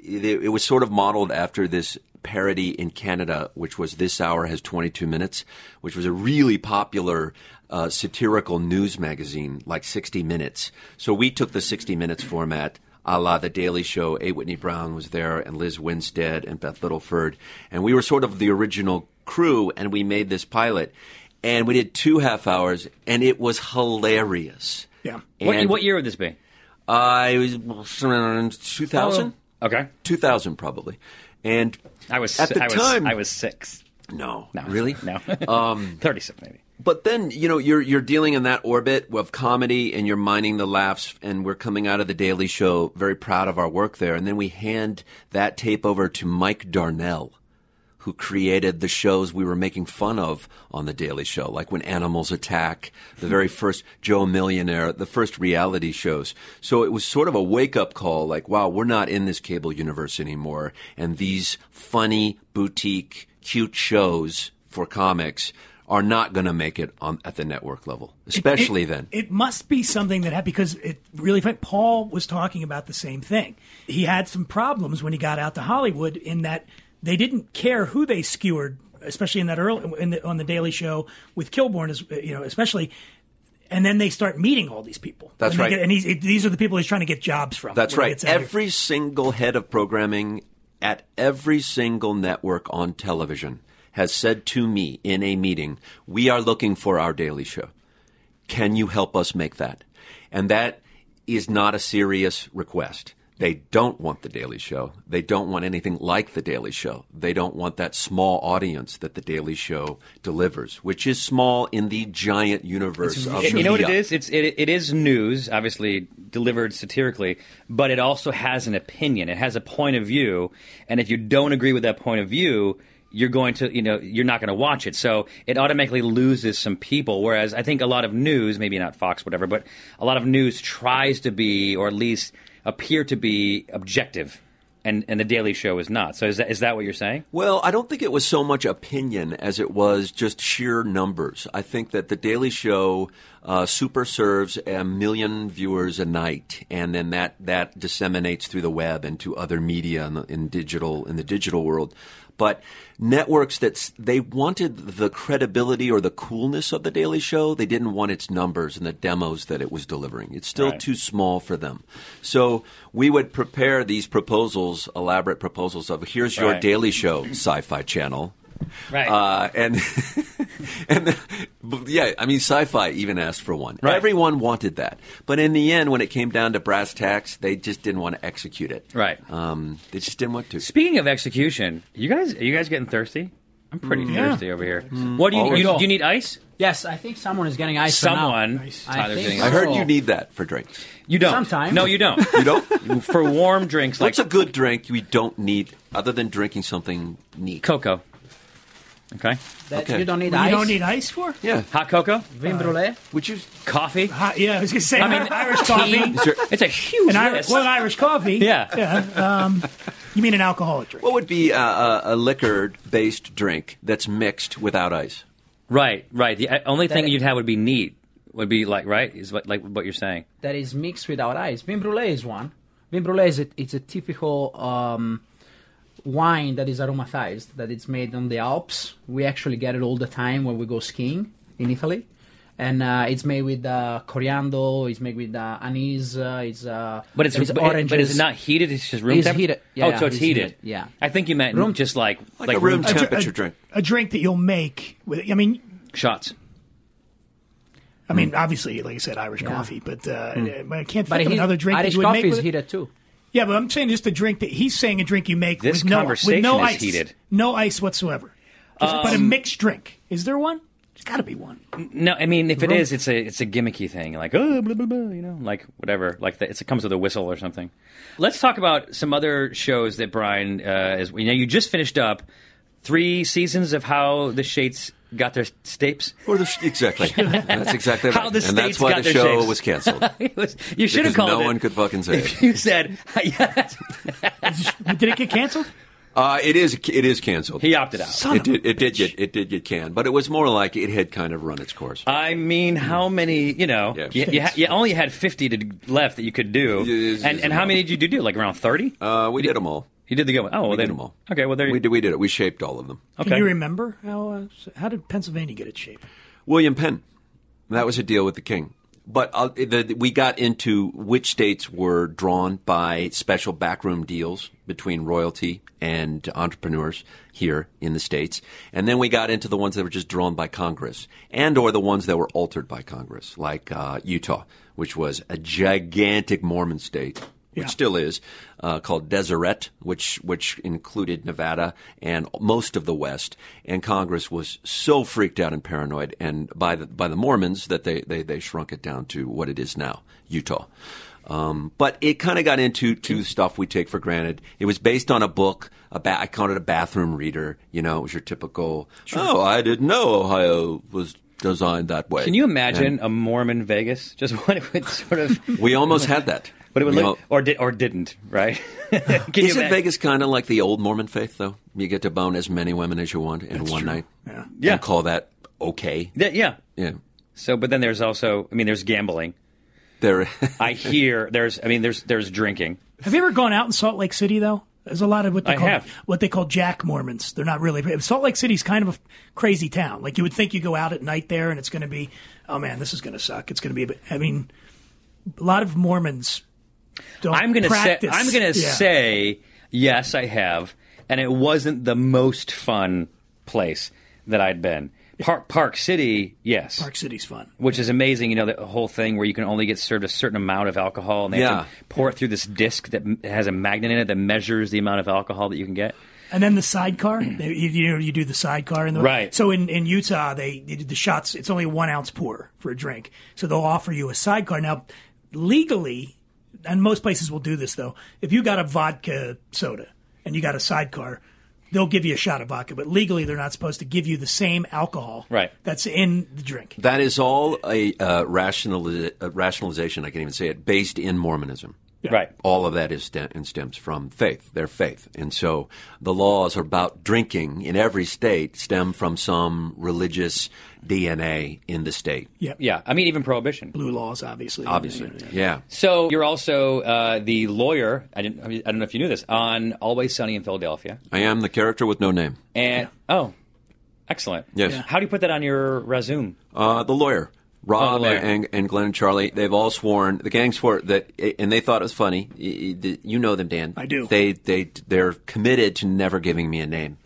[SPEAKER 5] it, it was sort of modeled after this parody in Canada, which was This Hour Has 22 Minutes, which was a really popular uh, satirical news magazine, like 60 Minutes. So we took the 60 Minutes format. A la The Daily Show, A. Whitney Brown was there, and Liz Winstead and Beth Littleford. And we were sort of the original crew, and we made this pilot. And we did two half hours, and it was hilarious.
[SPEAKER 3] Yeah.
[SPEAKER 2] what,
[SPEAKER 5] And-
[SPEAKER 2] what year would this be?
[SPEAKER 5] I was around 2000?
[SPEAKER 2] Oh. Okay.
[SPEAKER 5] 2000 probably. And
[SPEAKER 2] I was
[SPEAKER 5] at
[SPEAKER 2] si-
[SPEAKER 5] the
[SPEAKER 2] I was
[SPEAKER 5] time
[SPEAKER 2] I was six.
[SPEAKER 5] no,
[SPEAKER 2] No,
[SPEAKER 5] really
[SPEAKER 2] no, um, thirty-six maybe.
[SPEAKER 5] But then you know you're you're dealing in that orbit of comedy and you're mining the laughs and we're coming out of the Daily Show very proud of our work there and then we hand that tape over to Mike Darnell who created the shows we were making fun of on the Daily Show, like when animals attack, the very first Joe Millionaire, the first reality shows. So it was sort of a wake up call, like, wow, we're not in this cable universe anymore. And these funny boutique, cute shows for comics are not going to make it on at the network level, especially
[SPEAKER 3] it,
[SPEAKER 5] then.
[SPEAKER 3] It must be something that happened because it really. Paul was talking about the same thing. He had some problems when he got out to Hollywood in that they didn't care who they skewered, especially in that early in the, on the Daily Show with Kilborn, is you know, especially. And then they start meeting all these people.
[SPEAKER 5] That's
[SPEAKER 3] When they
[SPEAKER 5] right.
[SPEAKER 3] get- and he's, it, these are the people he's trying to get jobs from.
[SPEAKER 5] That's
[SPEAKER 3] when he
[SPEAKER 5] right.
[SPEAKER 3] gets out here.
[SPEAKER 5] Every single head of programming at every single network on television has said to me in a meeting, "We are looking for our daily show. Can you help us make that?" And that is not a serious request. They don't want the Daily Show. They don't want anything like the Daily Show. They don't want that small audience that the Daily Show delivers, which is small in the giant universe of
[SPEAKER 2] you know what it
[SPEAKER 5] media.
[SPEAKER 2] is? It's it, it is news, obviously delivered satirically, but it also has an opinion. It has a point of view, and if you don't agree with that point of view, you're going to you know you're not going to watch it. So it automatically loses some people. Whereas I think a lot of news, maybe not Fox, whatever, but a lot of news tries to be, or at least appear to be, objective. And, and the Daily Show is not. So is that, is that what you're saying?
[SPEAKER 5] Well, I don't think it was so much opinion as it was just sheer numbers. I think that The Daily Show uh, super serves a million viewers a night, and then that, that disseminates through the web and to other media in, the, in digital in the digital world. But networks that s- they wanted the credibility or the coolness of The Daily Show, they didn't want its numbers and the demos that it was delivering. It's still
[SPEAKER 2] Right.
[SPEAKER 5] too too small for them. So we would prepare these proposals, elaborate proposals of here's your
[SPEAKER 2] Right.
[SPEAKER 5] Daily Show Sci-Fi Channel.
[SPEAKER 2] Right.
[SPEAKER 5] Uh, and and but yeah, I mean, Sci-Fi even asked for one.
[SPEAKER 2] Right.
[SPEAKER 5] Everyone wanted that, but in the end, when it came down to brass tacks, they just didn't want to execute it.
[SPEAKER 2] Right.
[SPEAKER 5] Um, they just didn't want to.
[SPEAKER 2] Speaking of execution, you guys, are you guys getting thirsty? I'm pretty
[SPEAKER 6] Mm.
[SPEAKER 2] thirsty over here. What do you,
[SPEAKER 5] Always.
[SPEAKER 2] you do? You need ice?
[SPEAKER 6] Yes, I think someone is getting Mm. ice. for now.
[SPEAKER 2] Someone.
[SPEAKER 6] I
[SPEAKER 2] Tyler's
[SPEAKER 6] think
[SPEAKER 2] getting
[SPEAKER 6] so.
[SPEAKER 5] I heard you need that for drinks.
[SPEAKER 2] You don't.
[SPEAKER 6] Sometimes.
[SPEAKER 2] No, you don't.
[SPEAKER 5] You don't.
[SPEAKER 2] For warm drinks like
[SPEAKER 5] What's a good drink we don't need other than drinking something neat?
[SPEAKER 2] cocoa. Okay.
[SPEAKER 6] That
[SPEAKER 5] Okay.
[SPEAKER 6] You don't need
[SPEAKER 3] you
[SPEAKER 6] ice.
[SPEAKER 3] don't need ice for.
[SPEAKER 5] Yeah.
[SPEAKER 2] Hot cocoa,
[SPEAKER 6] vin brulee.
[SPEAKER 5] Would you?
[SPEAKER 2] coffee.
[SPEAKER 3] Hot- yeah, I was gonna say
[SPEAKER 2] I mean,
[SPEAKER 3] Irish
[SPEAKER 2] tea.
[SPEAKER 3] coffee.
[SPEAKER 5] Is there,
[SPEAKER 2] It's a huge
[SPEAKER 3] An Irish,
[SPEAKER 2] list.
[SPEAKER 3] well, an Irish coffee.
[SPEAKER 2] Yeah.
[SPEAKER 3] yeah um, you mean an alcoholic drink?
[SPEAKER 5] What would be a, a, a liquor-based drink that's mixed without ice?
[SPEAKER 2] Right, right. The uh, only thing
[SPEAKER 6] That-
[SPEAKER 2] you'd have would be neat. Would be like right is what like what you're saying.
[SPEAKER 6] that is mixed without ice. Vin Brulé is one. Vin Brulé is a, it's a typical um, wine that is aromatized, that it's made on the Alps. We actually get it all the time when we go skiing in Italy. And uh, it's made with uh, coriander, it's made with uh, anise, uh, it's, uh,
[SPEAKER 2] But it's,
[SPEAKER 6] it's
[SPEAKER 2] but, it-
[SPEAKER 6] oranges.
[SPEAKER 2] but it's not heated. It's just room
[SPEAKER 6] It's
[SPEAKER 2] temperature.
[SPEAKER 6] heated. Yeah,
[SPEAKER 2] oh, so
[SPEAKER 6] yeah,
[SPEAKER 2] it's
[SPEAKER 6] it's
[SPEAKER 2] heated.
[SPEAKER 6] heated. Yeah.
[SPEAKER 2] I think you meant
[SPEAKER 6] Room-
[SPEAKER 2] just like like,
[SPEAKER 5] a room
[SPEAKER 2] temp-
[SPEAKER 5] temperature drink.
[SPEAKER 3] A drink that you'll make with. I mean,
[SPEAKER 2] shots.
[SPEAKER 3] I
[SPEAKER 2] Hmm.
[SPEAKER 3] mean, obviously, like I said, Irish coffee, but uh, I can't think
[SPEAKER 6] But
[SPEAKER 3] of
[SPEAKER 6] he's-
[SPEAKER 3] another drink that
[SPEAKER 6] Irish
[SPEAKER 3] you would
[SPEAKER 6] coffee
[SPEAKER 3] make
[SPEAKER 6] is
[SPEAKER 3] with it.
[SPEAKER 6] heated too.
[SPEAKER 3] Yeah, but I'm saying just a drink that he's saying a drink you make
[SPEAKER 2] This
[SPEAKER 3] with no
[SPEAKER 2] conversation
[SPEAKER 3] with no
[SPEAKER 2] is
[SPEAKER 3] ice,
[SPEAKER 2] heated. Um,
[SPEAKER 3] no ice whatsoever. Just- but a mixed drink. Is there one? There's got to be one.
[SPEAKER 2] No, I mean if it is, it's a it's a gimmicky thing, like oh blah blah blah, you know, like whatever, like the, it's, it comes with a whistle or something. Let's talk about some other shows that Brian uh, is. You know, you just finished up three seasons of how the Shades got their stapes.
[SPEAKER 5] Or the, exactly. That's exactly
[SPEAKER 2] How
[SPEAKER 5] right.
[SPEAKER 2] the
[SPEAKER 5] and
[SPEAKER 2] states
[SPEAKER 5] that's why
[SPEAKER 2] got
[SPEAKER 5] the
[SPEAKER 2] their
[SPEAKER 5] show
[SPEAKER 2] shapes.
[SPEAKER 5] was canceled.
[SPEAKER 2] It was- you should have
[SPEAKER 5] because
[SPEAKER 2] called
[SPEAKER 5] no
[SPEAKER 2] it.
[SPEAKER 5] one could fucking say
[SPEAKER 2] If
[SPEAKER 5] it.
[SPEAKER 2] you said yes,
[SPEAKER 3] Did it get canceled?
[SPEAKER 5] Uh, it is it is canceled.
[SPEAKER 2] he opted out.
[SPEAKER 3] Son
[SPEAKER 5] it
[SPEAKER 3] of a
[SPEAKER 5] did it did get it did get canned, but it was more like it had kind of run its course.
[SPEAKER 2] I mean, how many? You know,
[SPEAKER 5] Yeah.
[SPEAKER 2] you, you, ha- you only had fifty to left that you could do,
[SPEAKER 5] Yeah, it's-
[SPEAKER 2] and
[SPEAKER 5] it's
[SPEAKER 2] and
[SPEAKER 5] a
[SPEAKER 2] how
[SPEAKER 5] lot.
[SPEAKER 2] many did you do? Like around thirty?
[SPEAKER 5] Uh, we did them all.
[SPEAKER 2] you did the good one. Oh, well,
[SPEAKER 5] We
[SPEAKER 2] then,
[SPEAKER 5] did them all.
[SPEAKER 2] Okay, well there you
[SPEAKER 5] we did, we did it. We shaped all of them.
[SPEAKER 2] Okay.
[SPEAKER 3] Can you remember how uh, how did Pennsylvania get its shape?
[SPEAKER 5] William Penn. That was a deal with the king. But uh, the, we got into which states were drawn by special backroom deals between royalty and entrepreneurs here in the states, and then we got into the ones that were just drawn by Congress and or the ones that were altered by Congress, like uh, Utah, which was a gigantic Mormon state, which
[SPEAKER 3] Yeah.
[SPEAKER 5] still is, uh, called Deseret, which which included Nevada and most of the West. And Congress was so freaked out and paranoid, and by the by the Mormons that they they, they shrunk it down to what it is now, Utah. Um, but it kind of got into to stuff we take for granted. It was based on a book. A ba- I called it a bathroom reader. You know, it was your typical. Oh, I didn't know Ohio was designed that way.
[SPEAKER 2] Can you imagine a Mormon Vegas? Just what it would sort of.
[SPEAKER 5] We almost had that.
[SPEAKER 2] But it would
[SPEAKER 5] We
[SPEAKER 2] look,
[SPEAKER 5] all-
[SPEAKER 2] or did, or didn't, right? Can you
[SPEAKER 5] Isn't
[SPEAKER 2] imagine?
[SPEAKER 5] Vegas kind of like the old Mormon faith, though? You get to bone as many women as you want in one night. Yeah.
[SPEAKER 2] Yeah.
[SPEAKER 5] And call that okay.
[SPEAKER 2] Yeah, yeah.
[SPEAKER 5] Yeah.
[SPEAKER 2] So, but then there's also, I mean, there's gambling.
[SPEAKER 5] There.
[SPEAKER 2] I hear there's, I mean, there's there's drinking.
[SPEAKER 3] Have you ever gone out in Salt Lake City though? There's a lot of what they
[SPEAKER 2] I
[SPEAKER 3] call
[SPEAKER 2] have.
[SPEAKER 3] what they call Jack Mormons. They're not really. Salt Lake City's kind of a crazy town. Like you would think you go out at night there and it's going to be, oh man, this is going to suck. It's going to be. a bit- I mean, a lot of Mormons. Don't
[SPEAKER 2] I'm gonna
[SPEAKER 3] practice.
[SPEAKER 2] say, I'm gonna
[SPEAKER 3] Yeah.
[SPEAKER 2] say, yes, I have, and it wasn't the most fun place that I'd been. Park Park City, yes,
[SPEAKER 3] Park City's fun.
[SPEAKER 2] which is amazing. You know, the whole thing where you can only get served a certain amount of alcohol, and they
[SPEAKER 5] Yeah.
[SPEAKER 2] have to pour it through this disc that m- has a magnet in it that measures the amount of alcohol that you can get.
[SPEAKER 3] And then the sidecar, you, you know, you do the sidecar in the
[SPEAKER 2] Right.
[SPEAKER 3] So in, in Utah, they, they did the shots. It's only one ounce pour for a drink, so they'll offer you a sidecar. Now, legally, and most places will do this though. If you got a vodka soda and you got a sidecar, they'll give you a shot of vodka, but legally they're not supposed to give you the same alcohol
[SPEAKER 2] Right.
[SPEAKER 3] that's in the drink.
[SPEAKER 5] that is all a uh, rationali- uh, rationalization, I can't even say it, based in Mormonism.
[SPEAKER 2] Right.
[SPEAKER 5] All of that is stem- and stems from faith, their faith. And so the laws about drinking in every state stem from some religious DNA in the state.
[SPEAKER 3] Yep.
[SPEAKER 2] Yeah, I mean, even prohibition.
[SPEAKER 3] Blue laws, obviously.
[SPEAKER 5] Obviously. Yeah.
[SPEAKER 2] So you're also uh, the lawyer. I didn't. I mean, I don't know if you knew this on Always Sunny in Philadelphia.
[SPEAKER 5] I am the character with no name.
[SPEAKER 2] And oh, excellent.
[SPEAKER 5] Yes. Yeah.
[SPEAKER 2] How do you put that on your resume?
[SPEAKER 5] Uh, the lawyer.
[SPEAKER 2] Oh,
[SPEAKER 5] Rob
[SPEAKER 2] the lawyer.
[SPEAKER 5] And, and Glenn and Charlie, they've all sworn, the gang swore that, and they thought it was funny. Y- y- You know them, Dan.
[SPEAKER 3] I do.
[SPEAKER 5] They, they, they're committed to never giving me a name.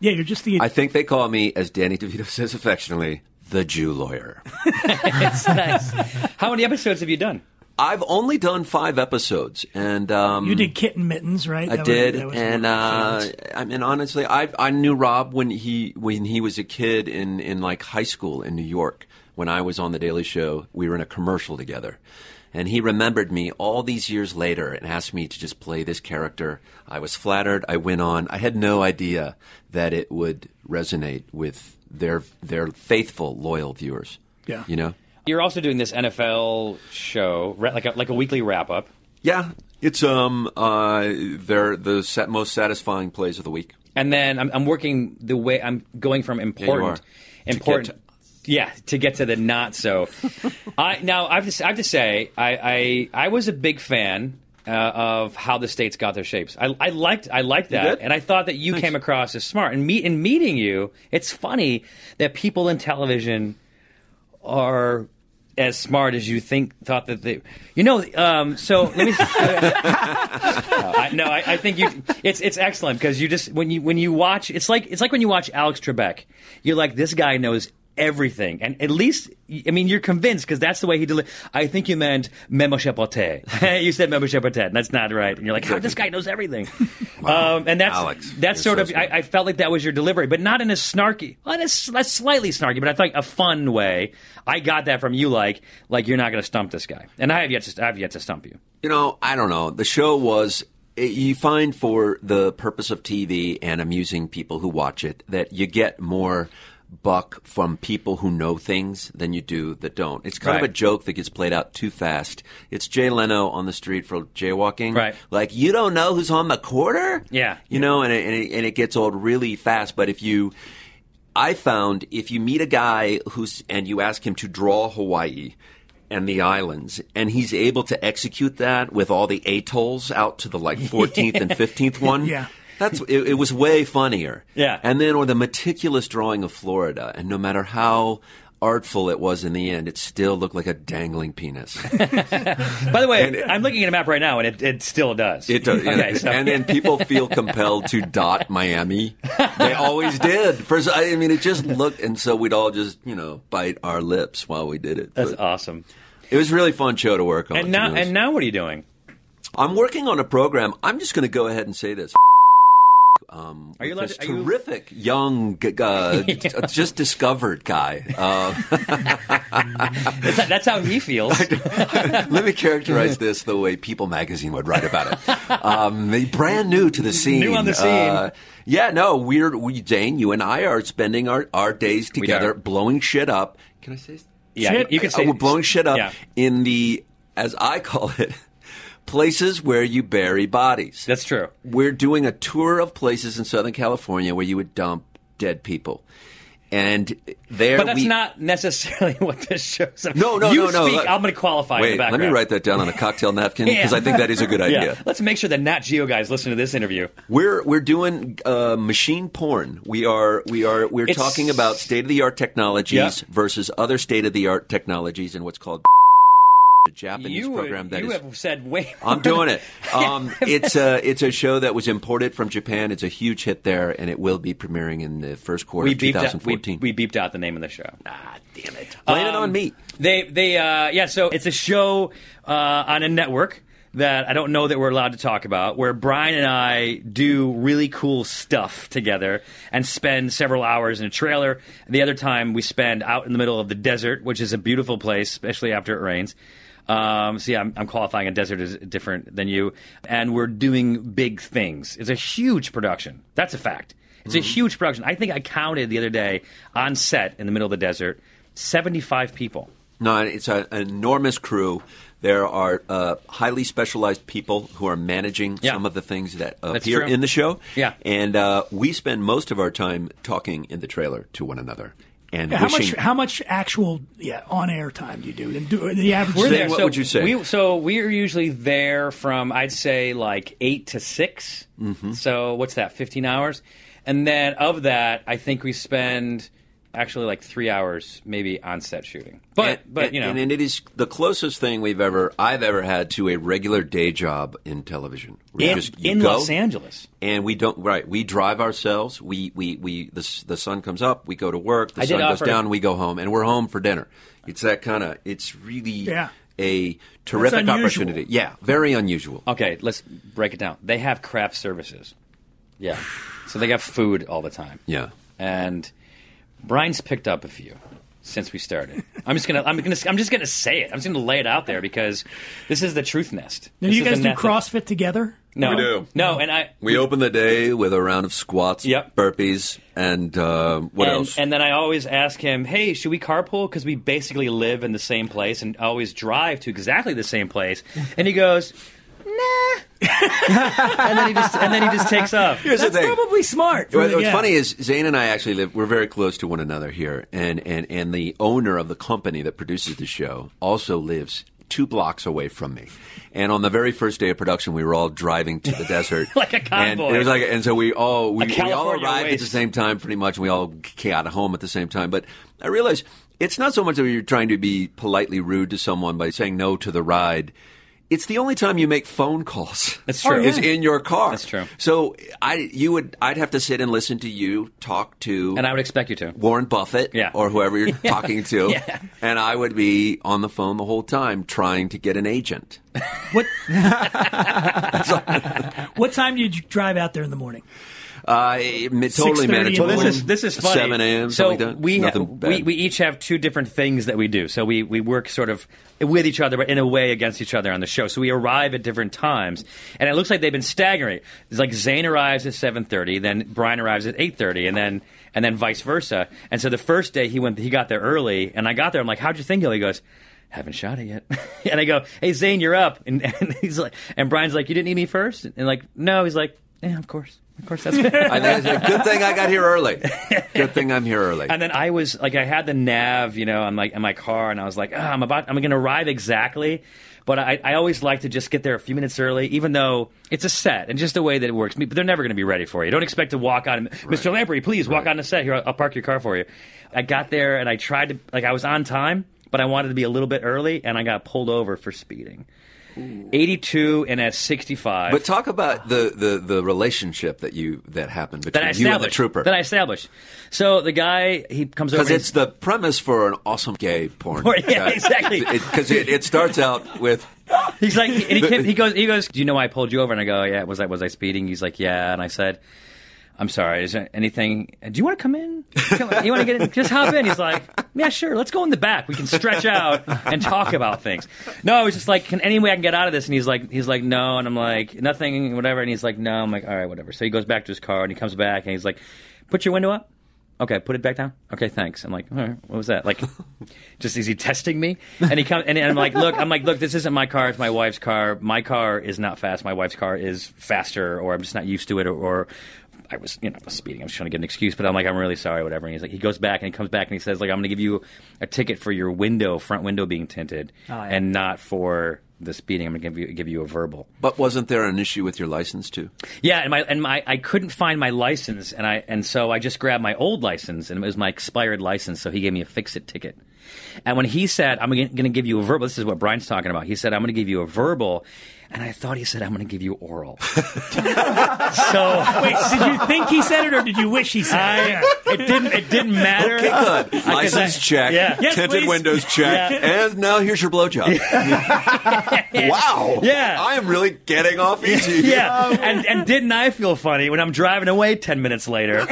[SPEAKER 3] Yeah, you're just the
[SPEAKER 5] I think they call me, as Danny DeVito says affectionately, the Jew lawyer.
[SPEAKER 2] It's nice. How many episodes have you done?
[SPEAKER 5] I've only done five episodes, and um,
[SPEAKER 3] you did kitten mittens, right?
[SPEAKER 5] I
[SPEAKER 3] That was-
[SPEAKER 5] did,
[SPEAKER 3] that was one of
[SPEAKER 5] and
[SPEAKER 3] my
[SPEAKER 5] uh,
[SPEAKER 3] favorites.
[SPEAKER 5] I mean, honestly, I I knew Rob when he when he was a kid in in like high school in New York. When I was on the Daily Show, we were in a commercial together, and he remembered me all these years later and asked me to just play this character. I was flattered. I went on. I had no idea that it would resonate with their their faithful, loyal viewers.
[SPEAKER 3] Yeah.
[SPEAKER 5] you know.
[SPEAKER 2] You're also doing this NFL show, ra- like a, like a weekly wrap up,
[SPEAKER 5] Yeah, it's um uh they're the sa- most satisfying plays of the week.
[SPEAKER 2] and then I'm, I'm working the way I'm going from important,
[SPEAKER 5] are. To
[SPEAKER 2] important.
[SPEAKER 5] get to-
[SPEAKER 2] yeah, to get to the not so. I now I have to, s- I have to say I, I I was a big fan uh, of how the states got their shapes. I, I liked I liked that,
[SPEAKER 5] did?
[SPEAKER 2] and I thought that you came across as smart. And meet in meeting you, it's funny that people in television are as smart as you think thought that they you know um, so let me no, I, no I, I think you it's it's excellent because you just when you when you watch it's like it's like when you watch alex trebek you're like this guy knows everything and at least i mean you're convinced because that's the way he deli- i think you meant memo chapote you said memo chapote and that's not right and you're like how this guy knows everything um, and that's
[SPEAKER 5] Alex,
[SPEAKER 2] that's
[SPEAKER 5] you're
[SPEAKER 2] sort
[SPEAKER 5] so
[SPEAKER 2] of
[SPEAKER 5] smart.
[SPEAKER 2] I, I felt like that was your delivery, but not in a snarky, well, in a, s- a slightly snarky, but I think a fun way. I got that from you, like like you're not going to stump this guy, and I have yet to I have yet to stump you.
[SPEAKER 5] You know, I don't know. The show was. it- You find for the purpose of TV and amusing people who watch it that you get more buck from people who know things than you do that don't. It's kind of
[SPEAKER 2] Right.
[SPEAKER 5] a joke that gets played out too fast. It's Jay Leno on the street for jaywalking.
[SPEAKER 2] Right.
[SPEAKER 5] Like, you don't know who's on the quarter?
[SPEAKER 2] Yeah.
[SPEAKER 5] You know, and it, and, it, and it gets old really fast. But if you. I found if you meet a guy who's and you ask him to draw Hawaii and the islands, and he's able to execute that with all the atolls out to the like 14th and 15th one.
[SPEAKER 3] Yeah.
[SPEAKER 5] That's it, it was way funnier.
[SPEAKER 2] Yeah.
[SPEAKER 5] And then or the meticulous drawing of Florida, and no matter how artful it was in the end, it still looked like a dangling penis.
[SPEAKER 2] By the way,
[SPEAKER 5] And-
[SPEAKER 2] I'm looking at a map right now, and it, it still does.
[SPEAKER 5] It does.
[SPEAKER 2] Okay,
[SPEAKER 5] and,
[SPEAKER 2] so-
[SPEAKER 5] and then people feel compelled to dot Miami. They always did. First, I mean, it just looked, and so we'd all just, you know, bite our lips while we did it.
[SPEAKER 2] That's
[SPEAKER 5] But
[SPEAKER 2] awesome.
[SPEAKER 5] It was a really fun show to work on.
[SPEAKER 2] And
[SPEAKER 5] to
[SPEAKER 2] now
[SPEAKER 5] be honest.
[SPEAKER 2] and now what are you doing?
[SPEAKER 5] I'm working on a program. I'm just going to go ahead and say this. Um,
[SPEAKER 2] Are you
[SPEAKER 5] with
[SPEAKER 2] allowed
[SPEAKER 5] this
[SPEAKER 2] to- are you-
[SPEAKER 5] terrific young, g- g- uh, just discovered guy. Uh,
[SPEAKER 2] That's, that's how he feels.
[SPEAKER 5] Let me characterize this the way People Magazine would write about it. Um, they brand new to the scene.
[SPEAKER 2] New on the scene.
[SPEAKER 5] Uh, yeah, no, we're we, Jane, you and I are spending our, our days
[SPEAKER 2] are.
[SPEAKER 5] together blowing shit up. Can I say?
[SPEAKER 2] Yeah, you can say
[SPEAKER 5] Uh, we're blowing shit up
[SPEAKER 2] Yeah.
[SPEAKER 5] in the as I call it. places where you bury bodies.
[SPEAKER 2] That's true.
[SPEAKER 5] We're doing a tour of places in Southern California where you would dump dead people. And there
[SPEAKER 2] But that's
[SPEAKER 5] we,
[SPEAKER 2] not necessarily what this shows.
[SPEAKER 5] No, no,
[SPEAKER 2] you
[SPEAKER 5] no, no,
[SPEAKER 2] Speak,
[SPEAKER 5] let-
[SPEAKER 2] I'm going to qualify in
[SPEAKER 5] Wait,
[SPEAKER 2] the background.
[SPEAKER 5] let me write that down on a cocktail napkin
[SPEAKER 2] Yeah.
[SPEAKER 5] because I think that is a good
[SPEAKER 2] Yeah.
[SPEAKER 5] idea.
[SPEAKER 2] Let's make sure the Nat Geo guys listen to this interview.
[SPEAKER 5] We're we're doing uh, machine porn. We are we are we're
[SPEAKER 2] It's-
[SPEAKER 5] talking about state of the art technologies
[SPEAKER 2] Yeah.
[SPEAKER 5] versus other state of the art technologies and what's called a Japanese
[SPEAKER 2] you
[SPEAKER 5] program that
[SPEAKER 2] you
[SPEAKER 5] is-
[SPEAKER 2] have said way.
[SPEAKER 5] I'm
[SPEAKER 2] more
[SPEAKER 5] doing it. Um, it's a it's a show that was imported from Japan. It's a huge hit there, and it will be premiering in the first quarter
[SPEAKER 2] we
[SPEAKER 5] of
[SPEAKER 2] beeped out. We,
[SPEAKER 5] 2014.
[SPEAKER 2] we beeped out the name of the show.
[SPEAKER 5] Blame it
[SPEAKER 2] Um,
[SPEAKER 5] on me.
[SPEAKER 2] They they uh, yeah. So it's a show uh, on a network that I don't know that we're allowed to talk about, where Brian and I do really cool stuff together and spend several hours in a trailer. The other time we spend out in the middle of the desert, which is a beautiful place, especially after it rains. Um, so yeah, I'm, I'm qualifying a desert as different than you, and we're doing big things. It's a huge production. That's a fact. It's a huge production. I think I counted the other day on set in the middle of the desert, 75 people.
[SPEAKER 5] No, it's a, an enormous crew. There are uh, highly specialized people who are managing
[SPEAKER 2] Yeah.
[SPEAKER 5] some of the things that
[SPEAKER 2] That's
[SPEAKER 5] appear
[SPEAKER 2] true.
[SPEAKER 5] in the show.
[SPEAKER 2] Yeah.
[SPEAKER 5] and uh, we spend most of our time talking in the trailer to one another and
[SPEAKER 3] Yeah, how
[SPEAKER 5] wishing.
[SPEAKER 3] much? How much actual yeah on air time do you do? And do the average?
[SPEAKER 2] We're
[SPEAKER 5] Say,
[SPEAKER 2] there.
[SPEAKER 5] what
[SPEAKER 2] so
[SPEAKER 5] would you say?
[SPEAKER 2] We, so we are usually there from I'd say like eight to 6
[SPEAKER 5] Mm-hmm.
[SPEAKER 2] So what's that? Fifteen hours, and then of that, I think we spend actually like three hours maybe on set shooting. But
[SPEAKER 5] And-
[SPEAKER 2] but
[SPEAKER 5] and-
[SPEAKER 2] you know,
[SPEAKER 5] and, it is the closest thing we've ever I've ever had to a regular day job in television. We
[SPEAKER 2] in,
[SPEAKER 5] just- you
[SPEAKER 2] in
[SPEAKER 5] go,
[SPEAKER 2] Los Angeles,
[SPEAKER 5] and we don't right. We drive ourselves. We we we the s- the sun comes up. We go to work. The
[SPEAKER 2] I did
[SPEAKER 5] sun goes
[SPEAKER 2] offer-
[SPEAKER 5] down. We go home, and we're home for dinner. It's that kind of. It's really
[SPEAKER 3] Yeah.
[SPEAKER 5] a terrific
[SPEAKER 3] unusual.
[SPEAKER 5] opportunity. Yeah, very unusual.
[SPEAKER 2] okay, let's break it down. They have craft services. Yeah, so they got food all the time.
[SPEAKER 5] Yeah.
[SPEAKER 2] and Brian's picked up a few since we started. I'm just gonna, I'm gonna, I'm just gonna say it. I'm just gonna lay it out there because this is the truth nest.
[SPEAKER 3] Now, do
[SPEAKER 2] This
[SPEAKER 3] you
[SPEAKER 2] is
[SPEAKER 3] guys
[SPEAKER 2] the
[SPEAKER 3] do
[SPEAKER 2] net that-
[SPEAKER 3] CrossFit together?
[SPEAKER 2] No,
[SPEAKER 5] We do.
[SPEAKER 2] No, and I.
[SPEAKER 5] We open the day with a round of squats,
[SPEAKER 2] Yep.
[SPEAKER 5] burpees, and uh, what
[SPEAKER 2] and,
[SPEAKER 5] else?
[SPEAKER 2] and then I always ask him, "Hey, should we carpool? Because we basically live in the same place and always drive to exactly the same place." And he goes, "Nah," and then he just and then he just takes off.
[SPEAKER 5] Here's
[SPEAKER 3] That's
[SPEAKER 5] the thing.
[SPEAKER 3] probably smart.
[SPEAKER 5] Well, what's
[SPEAKER 3] yeah.
[SPEAKER 5] funny is Zane and I actually live. We're very close to one another here, and and and the owner of the company that produces the show also lives two blocks away from me. And on the very first day of production, we were all driving to the desert,
[SPEAKER 2] Like a
[SPEAKER 5] And
[SPEAKER 2] convoy.
[SPEAKER 5] it was like, and so we all we,
[SPEAKER 2] A
[SPEAKER 5] we all
[SPEAKER 2] California
[SPEAKER 5] arrived at the
[SPEAKER 2] waste.
[SPEAKER 5] same time, pretty much. We all got home at the same time, but I realized it's not so much that you're trying to be politely rude to someone by saying no to the ride. It's the only time you make phone calls.
[SPEAKER 2] That's true. Oh,
[SPEAKER 5] Is in your car.
[SPEAKER 2] That's true.
[SPEAKER 5] So I, you would, I'd have to sit and listen to you talk to
[SPEAKER 2] And I would expect you to.
[SPEAKER 5] Warren Buffett,
[SPEAKER 2] Yeah.
[SPEAKER 5] or whoever you're talking to,
[SPEAKER 2] Yeah.
[SPEAKER 5] and I would be on the phone the whole time trying to get an agent.
[SPEAKER 3] What? what time do you drive out there in the morning?
[SPEAKER 5] Uh, it- it totally
[SPEAKER 3] 6:30
[SPEAKER 5] manageable.
[SPEAKER 3] in the
[SPEAKER 2] Well, this is this is funny.
[SPEAKER 5] Seven a.m.
[SPEAKER 2] So
[SPEAKER 5] something like that.
[SPEAKER 2] we, ha-
[SPEAKER 5] Nothing bad.
[SPEAKER 2] we we each have two different things that we do. So we we work sort of with each other, but in a way against each other on the show. So we arrive at different times, and it looks like they've been staggering. it. It's like Zane arrives at seven thirty, then Brian arrives at eight thirty, and then and then vice versa. And so the first day he went, he got there early, and I got there. I'm like, how'd you think? He goes. Haven't shot it yet, and I go, "Hey Zane, you're up," and, and he's like, and Brian's like, "You didn't need me first? and like, "No," he's like, "Yeah, of course, of course, that's."
[SPEAKER 5] I think it's a good thing I got here early. Good thing I'm here early.
[SPEAKER 2] And then I was like, I had the nav, you know, on like in my car, and I was like, "Ah, I'm about, I'm going to arrive exactly. But I, I always like to just get there a few minutes early, even though it's a set and just the way that it works. But they're never going to be ready for you. Don't expect to walk on, Mr. Lamprey, please walk on the set here. I'll, I'll park your car for you. I got there and I tried to, like, I was on time, but I wanted to be a little bit early, and I got pulled over for speeding. 82 and at 65.
[SPEAKER 5] But talk about the, the, the relationship that you that happened
[SPEAKER 2] that I
[SPEAKER 5] between you and the
[SPEAKER 2] established.
[SPEAKER 5] trooper.
[SPEAKER 2] That I established. So the guy, he comes over.
[SPEAKER 5] Because
[SPEAKER 2] and-
[SPEAKER 5] it's the premise for an awesome gay porn.
[SPEAKER 2] Porn, yeah, exactly.
[SPEAKER 5] Because it, it starts out with
[SPEAKER 2] He's like, and he, came, he goes, he goes. Do you know why I pulled you over? And I go, yeah. Was I was I speeding? He's like, yeah. And I said, I'm sorry. Is there anything? Do you want to come in? Come on, you want to get in? Just hop in. He's like, yeah, sure. Let's go in the back. We can stretch out and talk about things. No, I was just like, can any way I can get out of this? And he's like, he's like, no. And I'm like, nothing, whatever. And he's like, no. I'm like, all right, whatever. So he goes back to his car and he comes back and he's like, put your window up. Okay, put it back down. Okay, thanks. I'm like, all right, what was that? Like, just is he testing me? And he comes, and I'm like, look, I'm like, look, this isn't my car. It's my wife's car. My car is not fast. My wife's car is faster, or I'm just not used to it, or, or I was, you know, speeding. I'm just trying to get an excuse, but I'm like, I'm really sorry, whatever. And he's like, he goes back and he comes back and he says, like, I'm going to give you a ticket for your window, front window being tinted,
[SPEAKER 6] yeah.
[SPEAKER 2] and not for the speeding. I'm going to give you give you a verbal.
[SPEAKER 5] But wasn't there an issue with your license too?
[SPEAKER 2] Yeah, and my and my I couldn't find my license, and I and so I just grabbed my old license, and it was my expired license. So he gave me a fix it ticket. And when he said, "I'm going to give you a verbal," this is what Brian's talking about. He said, "I'm going to give you a verbal," and I thought he said, "I'm going to give you oral." so
[SPEAKER 3] Wait, did you think he said it or did you wish he said it?
[SPEAKER 2] I, uh, it didn't it didn't matter.
[SPEAKER 5] Good.
[SPEAKER 2] I- 'cause I-
[SPEAKER 5] License check.
[SPEAKER 2] Yeah.
[SPEAKER 3] Yes,
[SPEAKER 5] tinted
[SPEAKER 3] please.
[SPEAKER 5] windows check.
[SPEAKER 2] Yeah.
[SPEAKER 5] And now here's your blowjob. wow.
[SPEAKER 2] Yeah.
[SPEAKER 5] I am really getting off easy.
[SPEAKER 2] Yeah, and and didn't I feel funny when I'm driving away ten minutes later,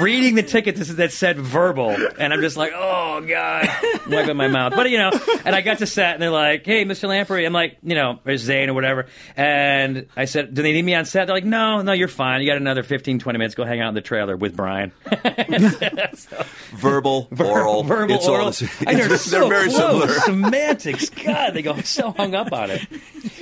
[SPEAKER 2] reading the ticket that said- that said verbal, and I'm just like, oh god, wiping my mouth. But you know, and I got to set, and they're like, hey, Mr. Lamprey, I'm like, you know, or Zane or whatever, and I said, do they need me on set? They're like, no, no, you're fine. You got another 15, 20 minutes. Go hang out in the trailer with Brian.
[SPEAKER 5] Verbal, oral.
[SPEAKER 2] verbal,
[SPEAKER 5] it's
[SPEAKER 2] oral.
[SPEAKER 5] All the same.
[SPEAKER 2] I know,
[SPEAKER 5] they're
[SPEAKER 2] it's so
[SPEAKER 5] very
[SPEAKER 2] close.
[SPEAKER 5] similar.
[SPEAKER 2] Semantics. God, they go. I'm so hung up on it.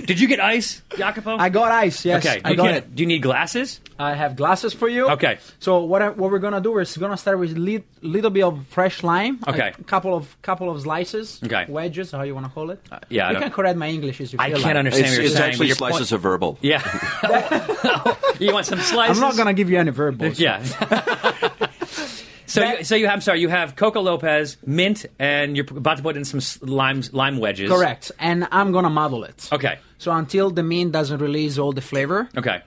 [SPEAKER 2] Did you get ice, Jacopo?
[SPEAKER 6] I got ice. Yes,
[SPEAKER 2] Okay,
[SPEAKER 6] I
[SPEAKER 2] you
[SPEAKER 6] got
[SPEAKER 2] can't-
[SPEAKER 6] it.
[SPEAKER 2] Do you need glasses?
[SPEAKER 6] I have glasses for you.
[SPEAKER 2] Okay.
[SPEAKER 6] So what I, what we're gonna do is gonna start with a lit, little bit of fresh lime.
[SPEAKER 2] Okay.
[SPEAKER 6] A couple of couple of slices.
[SPEAKER 2] Okay.
[SPEAKER 6] Wedges, how you wanna call it?
[SPEAKER 2] yeah, I
[SPEAKER 6] You
[SPEAKER 2] don't-
[SPEAKER 6] can correct my English if you
[SPEAKER 2] I
[SPEAKER 6] feel
[SPEAKER 2] can't
[SPEAKER 6] like.
[SPEAKER 2] understand
[SPEAKER 5] It's,
[SPEAKER 2] what you're
[SPEAKER 5] it's
[SPEAKER 2] saying. but
[SPEAKER 5] actually
[SPEAKER 2] your
[SPEAKER 5] slices of verbal.
[SPEAKER 2] Yeah. you want some slices?
[SPEAKER 6] I'm not gonna give you any verbals.
[SPEAKER 2] Yeah. so, you, so you have. I'm sorry. You have Coco Lopez, mint, and you're about to put in some s- lime lime wedges.
[SPEAKER 6] Correct. And I'm gonna muddle it.
[SPEAKER 2] Okay.
[SPEAKER 6] So until the mint doesn't release all the flavor.
[SPEAKER 2] Okay.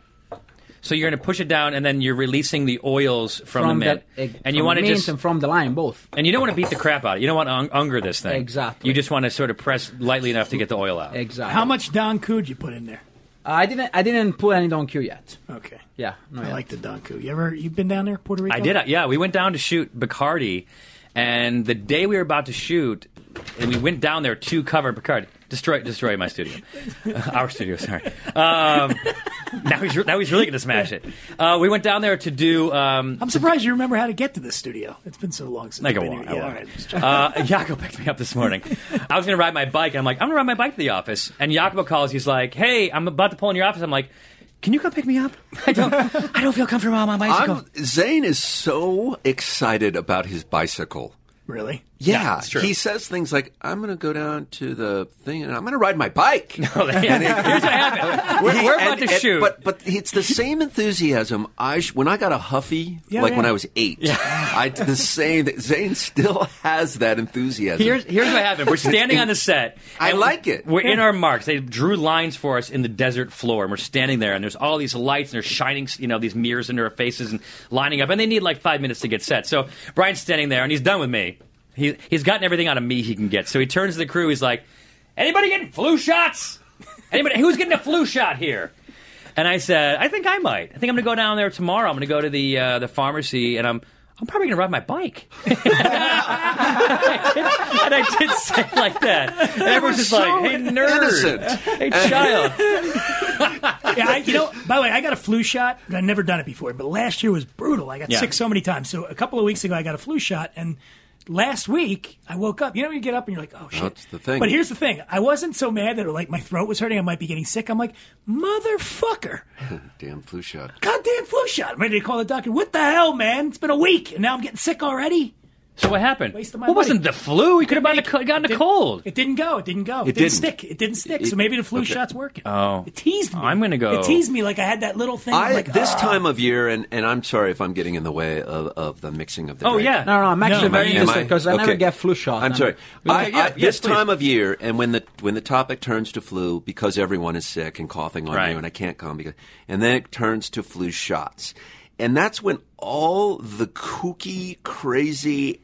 [SPEAKER 2] So you're going to push it down, and then you're releasing the oils from, the mint,
[SPEAKER 6] egg-
[SPEAKER 2] and you
[SPEAKER 6] from
[SPEAKER 2] want to
[SPEAKER 6] mint
[SPEAKER 2] just.
[SPEAKER 6] and from the lime both.
[SPEAKER 2] and you don't want to beat the crap out. of it. You don't want to un- unger this thing.
[SPEAKER 6] Exactly.
[SPEAKER 2] You just want to sort of press lightly enough to get the oil out.
[SPEAKER 6] Exactly.
[SPEAKER 3] How much Don Cood you put in there?
[SPEAKER 6] I didn't I didn't put any Don Q yet.
[SPEAKER 3] Okay.
[SPEAKER 6] Yeah. No.
[SPEAKER 3] I
[SPEAKER 6] yet.
[SPEAKER 3] like the Don Cood. You ever you've been down there, Puerto Rico?
[SPEAKER 2] I did. uh, Yeah, we went down to shoot Bacardi, and the day we were about to shoot, and we went down there to cover Bacardi. Destroy, destroy my studio, our studio. Sorry. Um, now he's re- now he's really going to smash it. Uh, we went down there to do. Um,
[SPEAKER 3] I'm surprised you remember how to get to this studio. It's been so long since
[SPEAKER 2] Like
[SPEAKER 3] I've
[SPEAKER 2] a
[SPEAKER 3] been
[SPEAKER 2] walk,
[SPEAKER 3] here.
[SPEAKER 2] a
[SPEAKER 3] Yeah,
[SPEAKER 2] walk.
[SPEAKER 3] all right.
[SPEAKER 2] uh, Jacob picked me up this morning. I was going to ride my bike, and I'm like, I'm going to ride my bike to the office. And Jacob calls. He's like, Hey, I'm about to pull in your office. I'm like, Can you come pick me up? I don't. I don't feel comfortable on my bicycle.
[SPEAKER 5] I'm, Zane is so excited about his bicycle.
[SPEAKER 3] Really?
[SPEAKER 5] Yeah,
[SPEAKER 2] it's true.
[SPEAKER 5] he says things like, "I'm going to go down to the thing and I'm going to ride my bike."
[SPEAKER 2] Here's what happened. We're,
[SPEAKER 5] He-
[SPEAKER 2] we're about
[SPEAKER 5] and-
[SPEAKER 2] to
[SPEAKER 5] and-
[SPEAKER 2] shoot.
[SPEAKER 5] But but it's the same enthusiasm. I sh- when I got a huffy,
[SPEAKER 3] Yeah,
[SPEAKER 5] like when
[SPEAKER 3] yeah.
[SPEAKER 5] I was eight, I did the same. thing. Zane still has that enthusiasm.
[SPEAKER 2] Here's here's what happened. We're standing on the set.
[SPEAKER 5] I
[SPEAKER 2] and
[SPEAKER 5] like it.
[SPEAKER 2] We're in our marks. They drew lines for us in the desert floor, and we're standing there. And there's all these lights, and they're shining, you know, these mirrors into our faces and lining up. And they need like five minutes to get set. So Brian's standing there, and he's done with me. He he's gotten everything out of me he can get. So he turns to the crew. He's like, "Anybody getting flu shots? Anybody who's getting a flu shot here?" And I said, I think I might. I think I'm going to go down there tomorrow. I'm going to go to the uh, the pharmacy, and I'm I'm probably going to ride my bike. and, I did, and I did say it like that. And everyone's just like, hey, nerd.
[SPEAKER 5] innocent.
[SPEAKER 2] Hey, child.
[SPEAKER 3] Yeah, I, you know, by the way, I got a flu shot. and I've never done it before, but last year was brutal. I got
[SPEAKER 2] Yeah.
[SPEAKER 3] sick so many times. So a couple of weeks ago, I got a flu shot, and last week I woke up. You know, when you get up and you're like, oh shit.
[SPEAKER 5] That's the thing.
[SPEAKER 3] But here's the thing: I wasn't so mad that like my throat was hurting. I might be getting sick. I'm like, motherfucker,
[SPEAKER 5] damn flu shot.
[SPEAKER 3] goddamn flu shot. I'm ready to call the doctor. What the hell, man? It's been a week, and now I'm getting sick already.
[SPEAKER 2] So what happened? What
[SPEAKER 3] Wasted my money.
[SPEAKER 2] wasn't the flu? He could have gotten a, co- gotten a cold.
[SPEAKER 3] It didn't go. It didn't go. It, didn't,
[SPEAKER 5] didn't.
[SPEAKER 3] stick. It didn't stick. so maybe the flu shot's working. Oh, it teased me.
[SPEAKER 2] I'm gonna go-
[SPEAKER 3] It teased me like I had that little thing.
[SPEAKER 2] Oh
[SPEAKER 3] I'm
[SPEAKER 5] I,
[SPEAKER 3] like,
[SPEAKER 5] this
[SPEAKER 3] "Ah."
[SPEAKER 5] time of year, and, and I'm sorry if I'm getting in the way of, of the mixing of the.
[SPEAKER 2] Oh,
[SPEAKER 5] drink.
[SPEAKER 2] yeah.
[SPEAKER 6] No, no, I'm actually
[SPEAKER 3] No.
[SPEAKER 6] very
[SPEAKER 3] Am I-
[SPEAKER 6] interested because I, never
[SPEAKER 5] Okay.
[SPEAKER 6] get flu shot.
[SPEAKER 5] I'm sorry. I,
[SPEAKER 2] Okay, yeah,
[SPEAKER 5] I-
[SPEAKER 2] yes,
[SPEAKER 5] this
[SPEAKER 2] please.
[SPEAKER 5] time of year, and when the when the topic turns to flu, because everyone is sick and coughing on
[SPEAKER 2] Right.
[SPEAKER 5] you, and I can't come because, and then it turns to flu shots, and that's when all the kooky, crazy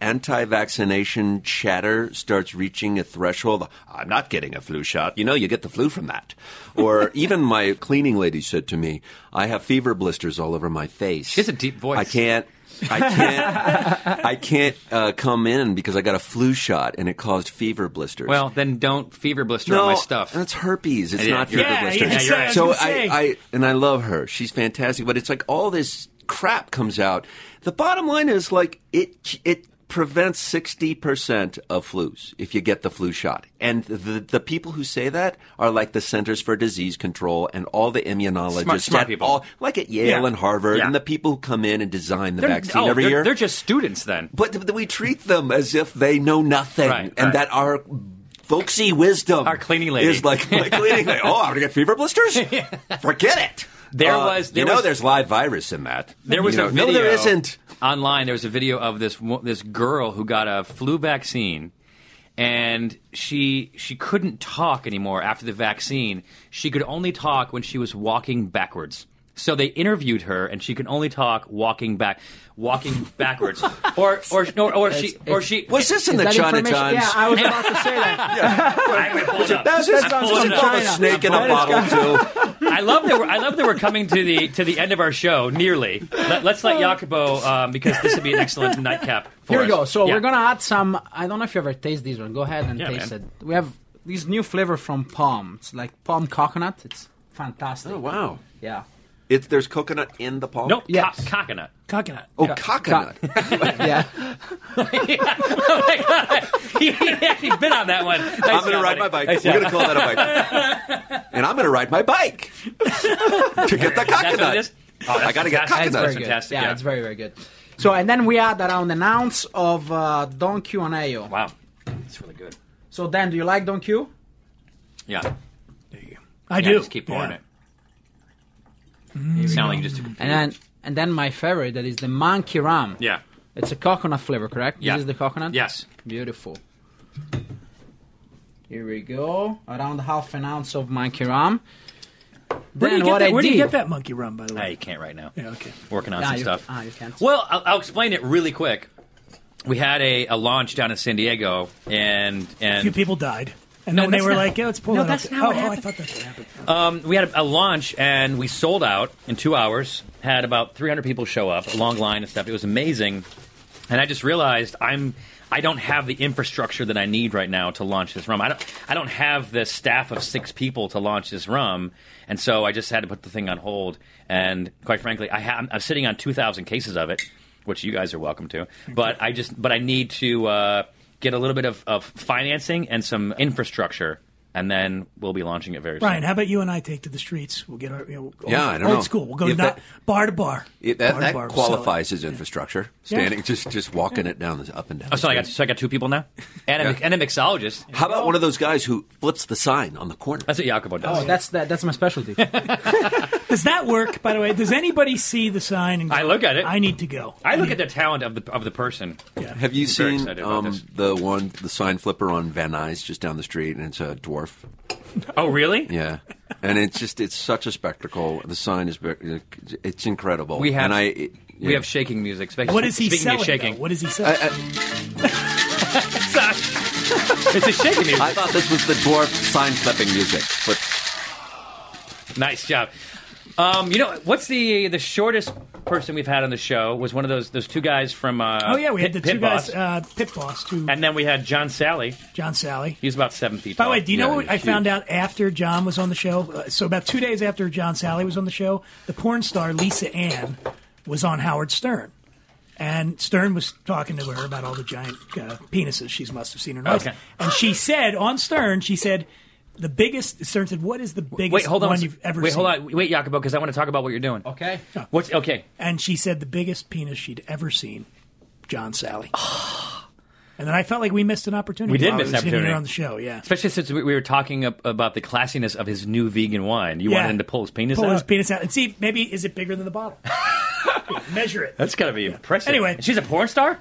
[SPEAKER 5] anti-vaccination chatter starts reaching a threshold. I'm not getting a flu shot. You know, you get the flu from that. Or even my cleaning lady said to me, "I have fever blisters all over my face." She
[SPEAKER 2] has a deep voice.
[SPEAKER 5] I can't. I can't. I can't uh, come in because I got a flu shot and it caused fever blisters.
[SPEAKER 2] Well, then don't fever blister
[SPEAKER 5] no,
[SPEAKER 2] on my stuff.
[SPEAKER 5] That's herpes. It's
[SPEAKER 2] Yeah,
[SPEAKER 5] not
[SPEAKER 2] you're
[SPEAKER 5] fever
[SPEAKER 2] right.
[SPEAKER 3] Yeah,
[SPEAKER 5] blisters.
[SPEAKER 3] yeah,
[SPEAKER 2] you're right.
[SPEAKER 5] So
[SPEAKER 3] I was gonna
[SPEAKER 5] I, I and I love her. She's fantastic. But it's like all this crap comes out. The bottom line is like it it prevents 60% of flus if you get the flu shot. And the the people who say that are like the Centers for Disease Control and all the immunologists
[SPEAKER 2] Smart- smart
[SPEAKER 5] at
[SPEAKER 2] people.
[SPEAKER 5] all like at Yale
[SPEAKER 2] Yeah.
[SPEAKER 5] and Harvard
[SPEAKER 2] Yeah.
[SPEAKER 5] and the people who come in and design the
[SPEAKER 2] They're-
[SPEAKER 5] vaccine
[SPEAKER 2] oh,
[SPEAKER 5] every
[SPEAKER 2] they're-
[SPEAKER 5] year.
[SPEAKER 2] They're just students then.
[SPEAKER 5] But th- we treat them as if they know nothing,
[SPEAKER 2] Right,
[SPEAKER 5] and
[SPEAKER 2] right.
[SPEAKER 5] that our folksy wisdom,
[SPEAKER 2] Our cleaning lady.
[SPEAKER 5] is like my cleaning lady. Oh, I'm gonna get fever blisters. Forget it. Uh,
[SPEAKER 2] There was-
[SPEAKER 5] you
[SPEAKER 2] there
[SPEAKER 5] know,
[SPEAKER 2] was-
[SPEAKER 5] there's live virus in that.
[SPEAKER 2] There was
[SPEAKER 5] You
[SPEAKER 2] a
[SPEAKER 5] know,
[SPEAKER 2] video.
[SPEAKER 5] No, there isn't.
[SPEAKER 2] Online, there was a video of this wo- this girl who got a flu vaccine, and she she couldn't talk anymore after the vaccine. She could only talk when she was walking backwards. So they interviewed her, and she could only talk walking back, walking backwards, or or or, or she or she.
[SPEAKER 5] Was this in the
[SPEAKER 6] That
[SPEAKER 5] China
[SPEAKER 6] information-
[SPEAKER 5] Times?
[SPEAKER 6] Yeah, I was about to say that.
[SPEAKER 5] That's
[SPEAKER 2] I
[SPEAKER 5] just
[SPEAKER 2] pulled it up.
[SPEAKER 5] a snake in a bottle too.
[SPEAKER 2] I love that we're I love that we're coming to the to the end of our show nearly. Let, us let Jacopo um, because this would be an excellent nightcap. For
[SPEAKER 6] Here we
[SPEAKER 2] us.
[SPEAKER 6] go. So
[SPEAKER 2] Yeah.
[SPEAKER 6] we're gonna add some. I don't know if you ever taste this one. Go ahead and
[SPEAKER 2] Yeah,
[SPEAKER 6] taste
[SPEAKER 2] man.
[SPEAKER 6] it. We have this new flavor from palm. It's like palm coconut. It's fantastic.
[SPEAKER 5] Oh, wow.
[SPEAKER 6] Yeah.
[SPEAKER 5] It's, there's coconut in the palm.
[SPEAKER 2] no co-
[SPEAKER 6] Yes.
[SPEAKER 2] coconut.
[SPEAKER 3] Coconut.
[SPEAKER 5] Oh, coconut.
[SPEAKER 6] Yeah.
[SPEAKER 2] he actually bit on that one.
[SPEAKER 5] I'm going to ride my bike. We're going to call that a bike. and I'm going to ride my bike to get the coconut.
[SPEAKER 2] That's what it is. Oh, that's
[SPEAKER 5] I got to
[SPEAKER 2] fantastic.
[SPEAKER 5] get coconut.
[SPEAKER 6] It's very
[SPEAKER 2] That's
[SPEAKER 6] good.
[SPEAKER 2] fantastic,
[SPEAKER 6] Yeah,
[SPEAKER 2] yeah.
[SPEAKER 6] it's very very good. So and then we add around an ounce of uh, Don Q and Ayo.
[SPEAKER 2] Wow, that's really good.
[SPEAKER 6] So Dan, do you like Don Q?
[SPEAKER 2] Yeah, yeah
[SPEAKER 3] I do.
[SPEAKER 2] just keep pouring
[SPEAKER 3] Yeah.
[SPEAKER 2] it. You sound like you just took a
[SPEAKER 6] And then and then my favorite that is the monkey rum.
[SPEAKER 2] yeah.
[SPEAKER 6] It's a coconut flavor, correct?
[SPEAKER 2] Yeah.
[SPEAKER 6] This is the coconut?
[SPEAKER 2] Yes.
[SPEAKER 6] Beautiful. Here we go. Around half an ounce of monkey rum.
[SPEAKER 3] Where, do
[SPEAKER 6] then
[SPEAKER 3] you, get
[SPEAKER 6] what
[SPEAKER 3] that,
[SPEAKER 6] I
[SPEAKER 3] where do you
[SPEAKER 6] did-
[SPEAKER 3] get that monkey rum, by the
[SPEAKER 2] I
[SPEAKER 3] way?
[SPEAKER 2] can't right now.
[SPEAKER 3] Yeah, okay.
[SPEAKER 2] Working on
[SPEAKER 6] Ah,
[SPEAKER 2] some
[SPEAKER 6] you-
[SPEAKER 2] stuff.
[SPEAKER 6] ah, you can't.
[SPEAKER 2] Well, I'll, I'll explain it really quick. We had a, a launch down in San Diego, and and
[SPEAKER 3] A few people died. And
[SPEAKER 2] No,
[SPEAKER 3] then they
[SPEAKER 2] that's
[SPEAKER 3] were
[SPEAKER 2] not-
[SPEAKER 3] like, yeah, let's pull
[SPEAKER 2] No,
[SPEAKER 3] that
[SPEAKER 2] that's
[SPEAKER 3] up.
[SPEAKER 2] not what
[SPEAKER 3] oh, oh, I
[SPEAKER 2] happened.
[SPEAKER 3] thought that's what happened.
[SPEAKER 2] Um, we had a, a launch and we sold out in two hours. Had about 300 people show up, a long line and stuff. It was amazing, and I just realized I'm I don't have the infrastructure that I need right now to launch this rum. I don't I don't have the staff of six people to launch this rum, and so I just had to put the thing on hold. And quite frankly, I ha- I'm sitting on 2,000 cases of it, which you guys are welcome to. But I just but I need to uh, get a little bit of, of financing and some infrastructure. And then we'll be launching it very soon.
[SPEAKER 3] Brian, how about you and I take to the streets? We'll get our you know, old,
[SPEAKER 5] Yeah, I don't
[SPEAKER 3] old
[SPEAKER 5] know.
[SPEAKER 3] school. We'll go
[SPEAKER 5] If
[SPEAKER 3] not,
[SPEAKER 5] that-
[SPEAKER 3] bar to bar.
[SPEAKER 5] It,
[SPEAKER 3] Bar
[SPEAKER 5] that
[SPEAKER 3] to
[SPEAKER 5] that
[SPEAKER 3] bar, we'll sell it.
[SPEAKER 5] qualifies as infrastructure. Standing, just just walking it down, the- up and down.
[SPEAKER 2] Oh,
[SPEAKER 5] the
[SPEAKER 2] so I got
[SPEAKER 5] street.
[SPEAKER 2] so I got two people now, and a,
[SPEAKER 5] Yeah.
[SPEAKER 2] and a mixologist.
[SPEAKER 5] How about one of those guys who flips the sign on the corner?
[SPEAKER 2] That's what Jacopo does.
[SPEAKER 6] Oh, that's that, that's my specialty.
[SPEAKER 3] Does that work, by the way? Does anybody see the sign? And go,
[SPEAKER 2] I look at it.
[SPEAKER 3] I need to go.
[SPEAKER 2] I look
[SPEAKER 3] need-
[SPEAKER 2] at the talent of the of the person.
[SPEAKER 5] Have you
[SPEAKER 2] very
[SPEAKER 5] seen
[SPEAKER 2] excited about
[SPEAKER 5] um,
[SPEAKER 2] this.
[SPEAKER 5] the one, the sign flipper on Van Nuys just down the street, and it's a dwarf?
[SPEAKER 2] Oh, really?
[SPEAKER 5] Yeah, and it's just it's such a spectacle. The sign is ve- it's incredible.
[SPEAKER 2] We have
[SPEAKER 5] and I it-
[SPEAKER 2] we
[SPEAKER 5] yeah.
[SPEAKER 2] have shaking music. Spe-
[SPEAKER 3] What is he
[SPEAKER 2] Speaking
[SPEAKER 3] selling?
[SPEAKER 2] Of shaking. Uh,
[SPEAKER 3] though? What is he selling?
[SPEAKER 2] it's a shaking music.
[SPEAKER 5] I thought this was the dwarf sign flipping music, but
[SPEAKER 2] nice job. Um, you know what's the the shortest person we've had on the show was one of those those two guys from. Uh,
[SPEAKER 3] oh yeah, we had the
[SPEAKER 2] Pit-
[SPEAKER 3] two
[SPEAKER 2] Pit
[SPEAKER 3] guys,
[SPEAKER 2] Boss.
[SPEAKER 3] uh, Pit Boss, to
[SPEAKER 2] and then we had John Sally.
[SPEAKER 3] John Sally.
[SPEAKER 2] He's about seven feet.
[SPEAKER 3] By the
[SPEAKER 2] tall.
[SPEAKER 3] way, do you know
[SPEAKER 5] Yeah,
[SPEAKER 3] what I
[SPEAKER 5] huge.
[SPEAKER 3] found out after John was on the show? Uh, so about two days after John Sally was on the show, the porn star Lisa Ann was on Howard Stern, and Stern was talking to her about all the giant uh, penises she must have seen in her life.
[SPEAKER 2] Okay.
[SPEAKER 3] And she said on Stern, she said. The biggest Stern said, "What is the biggest
[SPEAKER 2] Wait, hold on.
[SPEAKER 3] one you've ever
[SPEAKER 2] Wait,
[SPEAKER 3] seen?"
[SPEAKER 2] hold on. Wait, Jacopo, because I want to talk about what you're doing.
[SPEAKER 6] okay.
[SPEAKER 2] What's okay?
[SPEAKER 3] And she said the biggest penis she'd ever seen, John Sally. and then I felt like we missed an opportunity.
[SPEAKER 2] We did
[SPEAKER 3] while I
[SPEAKER 2] miss an
[SPEAKER 3] was hitting her
[SPEAKER 2] opportunity.
[SPEAKER 3] on the show. Yeah,
[SPEAKER 2] Especially since we we were talking ab- about the classiness of his new vegan wine. You
[SPEAKER 3] Yeah.
[SPEAKER 2] wanted him to pull his penis
[SPEAKER 3] pull
[SPEAKER 2] out?
[SPEAKER 3] his penis out and see maybe is it bigger than the bottle? Yeah, measure it.
[SPEAKER 2] That's gotta be impressive.
[SPEAKER 3] Anyway.
[SPEAKER 2] she's a porn star.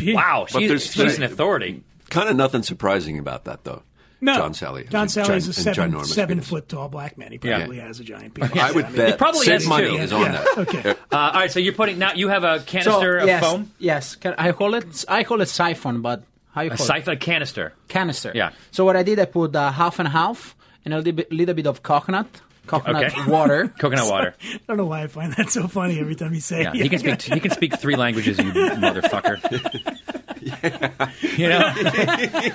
[SPEAKER 2] Wow,
[SPEAKER 5] But
[SPEAKER 2] she's,
[SPEAKER 5] there's-
[SPEAKER 2] she's an authority.
[SPEAKER 5] kind of nothing surprising about that though.
[SPEAKER 3] No,
[SPEAKER 5] John Sally.
[SPEAKER 3] John Sally is a
[SPEAKER 5] Gin-
[SPEAKER 3] seven,
[SPEAKER 5] ginormous
[SPEAKER 3] seven
[SPEAKER 5] penis.
[SPEAKER 3] foot tall black man. He probably
[SPEAKER 2] Yeah.
[SPEAKER 3] has a giant penis.
[SPEAKER 5] I would
[SPEAKER 3] mean,
[SPEAKER 5] bet.
[SPEAKER 2] probably
[SPEAKER 5] Sid
[SPEAKER 2] is,
[SPEAKER 5] Money
[SPEAKER 2] too.
[SPEAKER 5] is on
[SPEAKER 3] Yeah,
[SPEAKER 5] that.
[SPEAKER 3] okay.
[SPEAKER 2] Uh, all right, so you're putting now you have a
[SPEAKER 6] So
[SPEAKER 2] canister of
[SPEAKER 6] yes,
[SPEAKER 2] foam,
[SPEAKER 6] yes. Can, I call it I call it siphon, but how you
[SPEAKER 2] a
[SPEAKER 6] call it?
[SPEAKER 2] siphon, a canister.
[SPEAKER 6] canister.
[SPEAKER 2] Yeah.
[SPEAKER 6] So what I did, I put uh, half and half, and a little bit, little bit of coconut, coconut
[SPEAKER 2] Okay. Oh,
[SPEAKER 6] water.
[SPEAKER 2] Coconut water.
[SPEAKER 3] I don't know why I find that so funny every time you say.
[SPEAKER 2] Yeah,
[SPEAKER 3] it.
[SPEAKER 2] he can speak. He can speak three languages. You motherfucker. You know?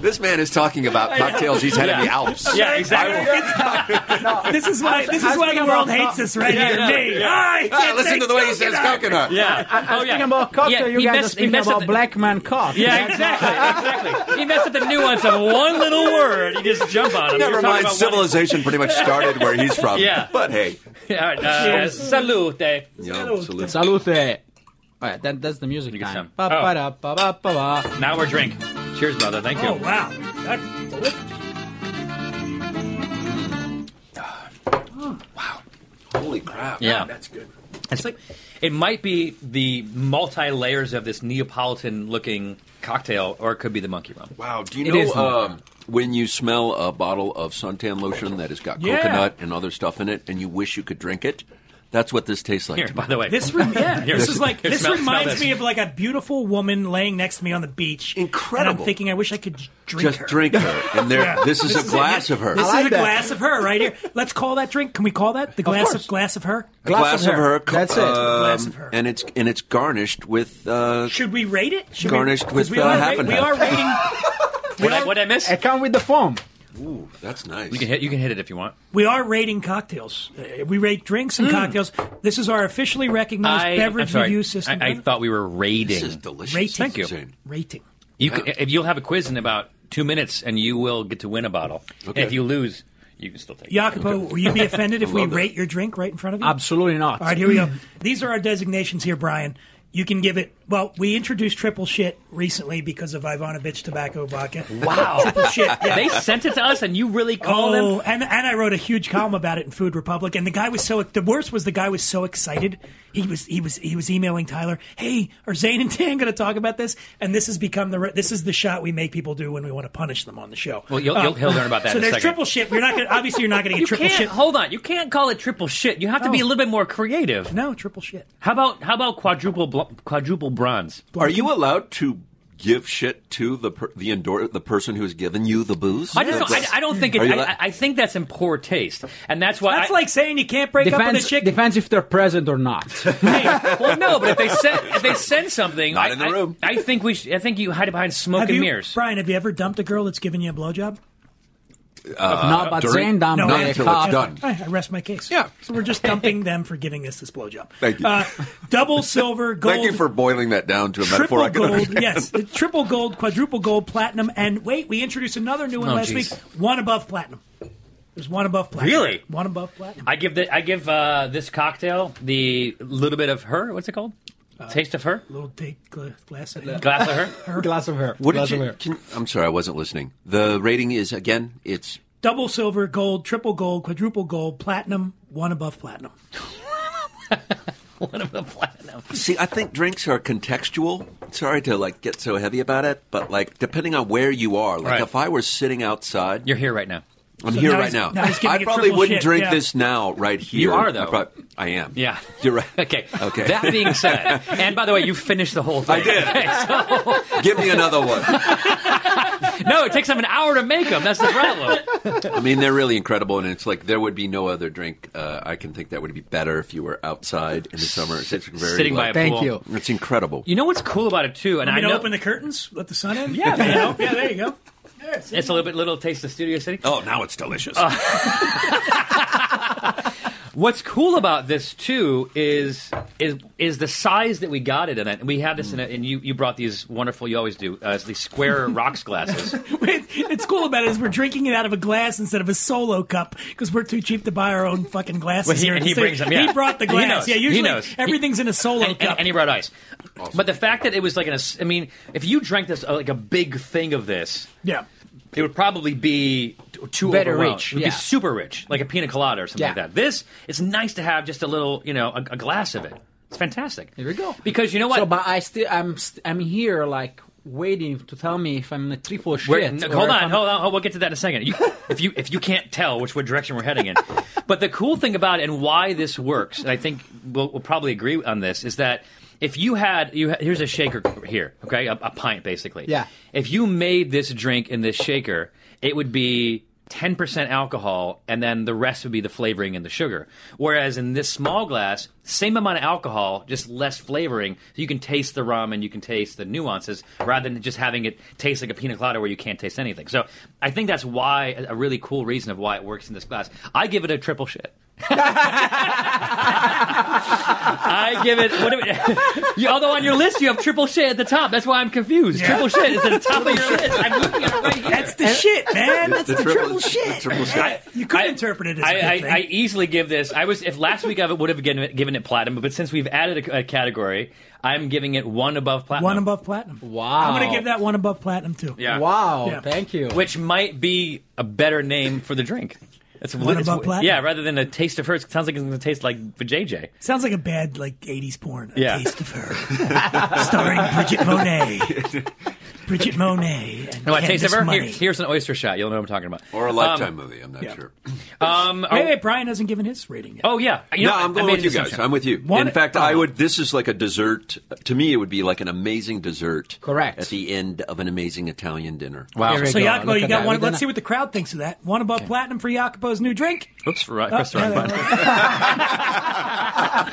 [SPEAKER 5] This man is talking about cocktails he's had in the Alps.
[SPEAKER 2] yeah, exactly.
[SPEAKER 3] This is why this is why the world hates us right here.
[SPEAKER 2] yeah,
[SPEAKER 3] Me.
[SPEAKER 2] yeah.
[SPEAKER 3] Ah, I
[SPEAKER 5] Ah,
[SPEAKER 3] can't Ah.
[SPEAKER 5] listen
[SPEAKER 3] say
[SPEAKER 5] to the way he says
[SPEAKER 3] coconut.
[SPEAKER 5] coconut.
[SPEAKER 2] Yeah. oh, yeah.
[SPEAKER 6] Speaking about cocktail,
[SPEAKER 2] Yeah,
[SPEAKER 6] you
[SPEAKER 2] he
[SPEAKER 6] guys
[SPEAKER 2] messed-
[SPEAKER 6] are
[SPEAKER 2] he
[SPEAKER 6] speaking
[SPEAKER 2] messed up
[SPEAKER 6] about
[SPEAKER 2] the-
[SPEAKER 6] black man cock.
[SPEAKER 2] Yeah, exactly, exactly. He messed up the nuance of one little word. You just jump on him. You're
[SPEAKER 5] Never
[SPEAKER 2] talking
[SPEAKER 5] mind.
[SPEAKER 2] about one-
[SPEAKER 5] Civilization pretty much started where he's from.
[SPEAKER 2] Yeah.
[SPEAKER 5] But hey,
[SPEAKER 2] Yeah, All right, uh, salute.
[SPEAKER 5] yo, salute.
[SPEAKER 6] Salute. All right, that, that's the music
[SPEAKER 2] get
[SPEAKER 6] time.
[SPEAKER 2] some.
[SPEAKER 6] Ba,
[SPEAKER 2] Oh.
[SPEAKER 6] ba, da, ba, ba, ba, ba.
[SPEAKER 2] Now we're drink. Cheers, brother. Thank you.
[SPEAKER 3] Oh wow. That-
[SPEAKER 5] Holy crap.
[SPEAKER 2] Yeah, that's good. It's like it might be the multi layers of this Neapolitan looking cocktail, or it could be the monkey rum.
[SPEAKER 5] Wow, do you
[SPEAKER 6] It
[SPEAKER 5] know
[SPEAKER 6] is
[SPEAKER 5] uh, when you smell a bottle of suntan lotion that has got
[SPEAKER 3] Yeah.
[SPEAKER 5] coconut and other stuff in it, and you wish you could drink it? That's what this tastes like.
[SPEAKER 2] Here,
[SPEAKER 5] to me.
[SPEAKER 2] by the way,
[SPEAKER 3] This re- yeah,
[SPEAKER 2] Here,
[SPEAKER 3] this is like
[SPEAKER 2] here,
[SPEAKER 3] this
[SPEAKER 2] smell- smell
[SPEAKER 3] reminds
[SPEAKER 2] this.
[SPEAKER 3] me of like a beautiful woman laying next to me on the beach. And
[SPEAKER 5] Incredible.
[SPEAKER 3] I'm thinking I wish I could j- drink
[SPEAKER 5] Just
[SPEAKER 3] her.
[SPEAKER 5] drink her, and there. This is a
[SPEAKER 3] it.
[SPEAKER 5] glass
[SPEAKER 3] Yeah,
[SPEAKER 5] of her.
[SPEAKER 3] This
[SPEAKER 6] like
[SPEAKER 3] is a
[SPEAKER 6] that.
[SPEAKER 3] glass of her right here. Let's call that drink. Can we call that the glass of,
[SPEAKER 6] course.
[SPEAKER 3] glass of her?
[SPEAKER 5] A glass of her. co-
[SPEAKER 6] That's it.
[SPEAKER 3] Glass of her.
[SPEAKER 5] And it's and it's garnished with. Uh,
[SPEAKER 3] Should we rate it? Should
[SPEAKER 5] Garnished
[SPEAKER 3] we, 'cause
[SPEAKER 5] with,
[SPEAKER 3] we
[SPEAKER 5] uh,
[SPEAKER 3] are,
[SPEAKER 5] half and
[SPEAKER 3] we
[SPEAKER 5] half.
[SPEAKER 3] are rating
[SPEAKER 2] What I, what I miss?
[SPEAKER 6] It come with the foam.
[SPEAKER 5] ooh, that's nice.
[SPEAKER 2] You can hit. You can hit it if you want.
[SPEAKER 3] we are rating cocktails. Uh, We rate drinks
[SPEAKER 5] Hmm.
[SPEAKER 3] and cocktails. This is our officially recognized
[SPEAKER 2] I, I'm
[SPEAKER 3] beverage
[SPEAKER 2] sorry.
[SPEAKER 3] review system.
[SPEAKER 2] I, I thought we were raiding.
[SPEAKER 5] this is delicious.
[SPEAKER 3] rating.
[SPEAKER 2] Thank you.
[SPEAKER 5] Zane.
[SPEAKER 3] Rating.
[SPEAKER 2] You could, if you'll have a quiz in about two minutes, and you will get to win a bottle.
[SPEAKER 5] Okay.
[SPEAKER 2] And if you lose, you can still take. it.
[SPEAKER 3] Jacopo, will you be offended if we
[SPEAKER 5] love it.
[SPEAKER 3] rate your drink right in front of you?
[SPEAKER 6] Absolutely not.
[SPEAKER 3] All right, here we go. These are our designations here, Brian. You can give it. Well, we introduced triple shit recently because of Ivanovich Tobacco Vodka.
[SPEAKER 2] Wow.
[SPEAKER 3] triple shit. Yeah.
[SPEAKER 2] They sent it to us, and you really called
[SPEAKER 3] Oh,
[SPEAKER 2] them.
[SPEAKER 3] and and I wrote a huge column about it in Food Republic. And the guy was so the worst was the guy was so excited. He was he was he was emailing Tyler, "Hey, are Zane and Dan going to talk about this?" And this has become the re- this is the shot we make people do when we want to punish them on the show.
[SPEAKER 2] Well, you'll, you'll, he'll learn about that. in
[SPEAKER 3] so
[SPEAKER 2] a
[SPEAKER 3] there's
[SPEAKER 2] second.
[SPEAKER 3] triple shit. You're not gonna, obviously you're not going to get
[SPEAKER 2] You
[SPEAKER 3] triple
[SPEAKER 2] can't
[SPEAKER 3] shit.
[SPEAKER 2] hold on. You can't call it triple shit. You have to be a little bit more creative.
[SPEAKER 3] no, triple shit.
[SPEAKER 2] How about how about quadruple bl- quadruple bronze?
[SPEAKER 5] Are you allowed to give shit to the per, the endor- the person who's given you the booze?
[SPEAKER 2] I just don't, I, I don't think it's.
[SPEAKER 5] Are you
[SPEAKER 2] I,
[SPEAKER 5] la-
[SPEAKER 2] I- I think that's in poor taste, and that's why.
[SPEAKER 3] That's
[SPEAKER 2] I,
[SPEAKER 3] like saying you can't break up with a
[SPEAKER 6] Depends,
[SPEAKER 3] chick.
[SPEAKER 6] depends if they're present or not.
[SPEAKER 2] Hey, well, no, but if they send if they send something,
[SPEAKER 5] Not
[SPEAKER 2] I,
[SPEAKER 5] in the
[SPEAKER 2] I-
[SPEAKER 5] room.
[SPEAKER 2] I, think we. Should, I think you hide it behind smoke
[SPEAKER 3] Have
[SPEAKER 2] and
[SPEAKER 3] you,
[SPEAKER 2] mirrors.
[SPEAKER 3] Brian, have you ever dumped a girl that's given you a blowjob?
[SPEAKER 6] no, but
[SPEAKER 5] during-
[SPEAKER 6] Zane down
[SPEAKER 3] No,
[SPEAKER 6] by
[SPEAKER 3] not
[SPEAKER 6] a
[SPEAKER 5] until
[SPEAKER 6] cop.
[SPEAKER 5] it's done.
[SPEAKER 3] I, I rest my case.
[SPEAKER 5] Yeah.
[SPEAKER 3] So we're just dumping them for giving us this blowjob.
[SPEAKER 5] Thank you.
[SPEAKER 3] Uh, double silver, gold.
[SPEAKER 5] Thank you for boiling that down to a metaphor
[SPEAKER 3] Triple
[SPEAKER 5] I can
[SPEAKER 3] gold,
[SPEAKER 5] understand.
[SPEAKER 3] yes. Triple gold, quadruple gold, platinum, and wait, we introduced another new one
[SPEAKER 2] Oh,
[SPEAKER 3] last
[SPEAKER 2] jeez.
[SPEAKER 3] week. One above platinum. There's one above platinum.
[SPEAKER 2] Really?
[SPEAKER 3] One above platinum.
[SPEAKER 2] I give the I give uh, this cocktail the little bit of her. What's it called? Taste of her.
[SPEAKER 3] Little take gla- glass. of-
[SPEAKER 2] Glass of Uh, her.
[SPEAKER 6] Glass of her.
[SPEAKER 5] What
[SPEAKER 6] glass
[SPEAKER 5] did you?
[SPEAKER 6] of her.
[SPEAKER 5] Can, I'm sorry, I wasn't listening. The rating is again. It's
[SPEAKER 3] Double silver, gold, triple gold, quadruple gold, platinum, one above platinum.
[SPEAKER 2] One of the platinum.
[SPEAKER 5] see. I think drinks are contextual. Sorry to like get so heavy about it, but like depending on where you are. Like
[SPEAKER 2] Right.
[SPEAKER 5] if I were sitting outside,
[SPEAKER 2] You're here right now.
[SPEAKER 5] I'm
[SPEAKER 3] So
[SPEAKER 5] here
[SPEAKER 3] now he's-
[SPEAKER 5] right now.
[SPEAKER 3] now he's giving
[SPEAKER 5] I
[SPEAKER 3] it
[SPEAKER 5] probably
[SPEAKER 3] triple
[SPEAKER 5] wouldn't
[SPEAKER 3] shit,
[SPEAKER 5] drink
[SPEAKER 3] yeah.
[SPEAKER 5] this now right here.
[SPEAKER 2] are, though.
[SPEAKER 5] I, prob- I am.
[SPEAKER 2] Yeah.
[SPEAKER 5] you're right.
[SPEAKER 2] Okay.
[SPEAKER 5] Okay.
[SPEAKER 2] That being said, and by the way, you finished the whole thing.
[SPEAKER 5] I did.
[SPEAKER 2] Okay, so-
[SPEAKER 5] Give me another one.
[SPEAKER 2] no, it takes them an hour to make them. That's the problem.
[SPEAKER 5] I mean, they're really incredible, and it's like there would be no other drink uh, I can think that would be better if you were outside in the summer. It's it's very
[SPEAKER 2] Sitting by
[SPEAKER 5] like,
[SPEAKER 2] a
[SPEAKER 6] Thank
[SPEAKER 2] pool.
[SPEAKER 6] you.
[SPEAKER 5] by It's incredible.
[SPEAKER 2] You know what's cool about it too, and
[SPEAKER 3] I
[SPEAKER 2] I
[SPEAKER 3] mean,
[SPEAKER 2] know
[SPEAKER 3] open the curtains, let the sun in.
[SPEAKER 2] Yeah,
[SPEAKER 3] you know? yeah. There you go. There, see?
[SPEAKER 2] it's a little bit little taste of Studio City.
[SPEAKER 5] oh, now it's delicious.
[SPEAKER 2] Uh, What's cool about this too is is is the size that we got it in. It. We had this in, a, and you you brought these wonderful. You always do. Uh, it's these square rocks glasses.
[SPEAKER 3] Wait, it's cool about it is we're drinking it out of a glass instead of a solo cup because we're too cheap to buy our own fucking glasses.
[SPEAKER 2] Well, he-
[SPEAKER 3] here at the
[SPEAKER 2] he
[SPEAKER 3] studio.
[SPEAKER 2] brings them, yeah.
[SPEAKER 3] He brought the
[SPEAKER 2] He
[SPEAKER 3] glass.
[SPEAKER 2] knows.
[SPEAKER 3] Yeah,
[SPEAKER 2] He
[SPEAKER 3] usually
[SPEAKER 2] knows.
[SPEAKER 3] everything's in a solo
[SPEAKER 2] and,
[SPEAKER 3] cup.
[SPEAKER 2] and, and he brought ice. But the fact that it was like an, ass- I mean, if you drank this uh, like a big thing of this,
[SPEAKER 3] yeah.
[SPEAKER 2] it would probably be t- too
[SPEAKER 6] Better
[SPEAKER 2] overwhelmed.
[SPEAKER 6] rich,
[SPEAKER 2] It would
[SPEAKER 6] yeah.
[SPEAKER 2] be super rich, like a pina colada or something
[SPEAKER 6] Yeah.
[SPEAKER 2] like that. This, it's nice to have just a little, you know, a, a glass of it. It's fantastic.
[SPEAKER 6] Here we go.
[SPEAKER 2] Because you know what?
[SPEAKER 6] So, but I still, I'm, st- I'm here like waiting to tell me if I'm in a triple shit.
[SPEAKER 2] We're-
[SPEAKER 6] or
[SPEAKER 2] no,
[SPEAKER 6] if
[SPEAKER 2] hold on,
[SPEAKER 6] I'm-
[SPEAKER 2] hold on. hold- We'll get to that in a second. You, if you if you can't tell which what direction we're heading in, but the cool thing about it and why this works, and I think we'll, we'll probably agree on this, is that if you had you ha- here's a shaker here, okay, a, a pint basically.
[SPEAKER 6] Yeah.
[SPEAKER 2] If you made this drink in this shaker, it would be 10% alcohol and then the rest would be the flavoring and the sugar. Whereas in this small glass, same amount of alcohol, just less flavoring. So you can taste the rum and you can taste the nuances rather than just having it taste like a pina colada where you can't taste anything. So I think that's why a really cool reason of why it works in this glass. I give it a triple shit. I give it. What do we, you, although on your list you have triple shit at the top, that's why I'm confused. Triple shit is at the top of your list. I'm looking at it right here.
[SPEAKER 3] That's the shit, man. That's the,
[SPEAKER 5] the triple-
[SPEAKER 3] triple,
[SPEAKER 5] the
[SPEAKER 3] shit.
[SPEAKER 5] triple shit.
[SPEAKER 3] Hey, you could
[SPEAKER 2] I-
[SPEAKER 3] interpret it as
[SPEAKER 2] I,
[SPEAKER 3] a good
[SPEAKER 2] I,
[SPEAKER 3] thing.
[SPEAKER 2] I easily give this. I was if last week I would have given it, given it platinum, but since we've added a, a category, I'm giving it one above platinum.
[SPEAKER 3] one above platinum.
[SPEAKER 6] Wow.
[SPEAKER 3] I'm going to give that one above platinum too.
[SPEAKER 2] Yeah.
[SPEAKER 6] Wow.
[SPEAKER 3] Yeah.
[SPEAKER 6] Thank you.
[SPEAKER 2] Which might be a better name for the drink. It's
[SPEAKER 3] One
[SPEAKER 2] it's-
[SPEAKER 3] above platinum.
[SPEAKER 2] Yeah, rather than a taste of hers, it sounds like it's going to taste like JJ.
[SPEAKER 3] Sounds like a bad like '80s porn. A
[SPEAKER 2] Yeah.
[SPEAKER 3] Taste of Her, starring Bridget Monet. Bridget Monet. And
[SPEAKER 2] No, a
[SPEAKER 3] Candace
[SPEAKER 2] taste of her. Here,
[SPEAKER 3] Money.
[SPEAKER 2] here's an oyster shot. You'll know what I'm talking about.
[SPEAKER 5] Or a lifetime movie, I'm not sure.
[SPEAKER 2] Um,
[SPEAKER 3] Hey,
[SPEAKER 2] oh,
[SPEAKER 3] hey, Brian hasn't given his rating yet.
[SPEAKER 2] oh yeah. You
[SPEAKER 5] No,
[SPEAKER 2] know,
[SPEAKER 5] I'm
[SPEAKER 2] I
[SPEAKER 5] going
[SPEAKER 2] made an
[SPEAKER 5] with you guys.
[SPEAKER 2] assumption.
[SPEAKER 5] I'm with you.
[SPEAKER 3] One-
[SPEAKER 5] in fact, I
[SPEAKER 3] Oh.
[SPEAKER 5] would. This is like a dessert. To me, it would be like an amazing dessert.
[SPEAKER 6] Correct.
[SPEAKER 5] At the end of an amazing Italian dinner.
[SPEAKER 6] Wow.
[SPEAKER 3] So Jacopo, you got one. Let's see
[SPEAKER 6] what.
[SPEAKER 3] what the crowd thinks of that. One above platinum for Jacopo's new drink.
[SPEAKER 2] Oops, right,
[SPEAKER 3] Oh,
[SPEAKER 2] pressed the wrong
[SPEAKER 3] yeah,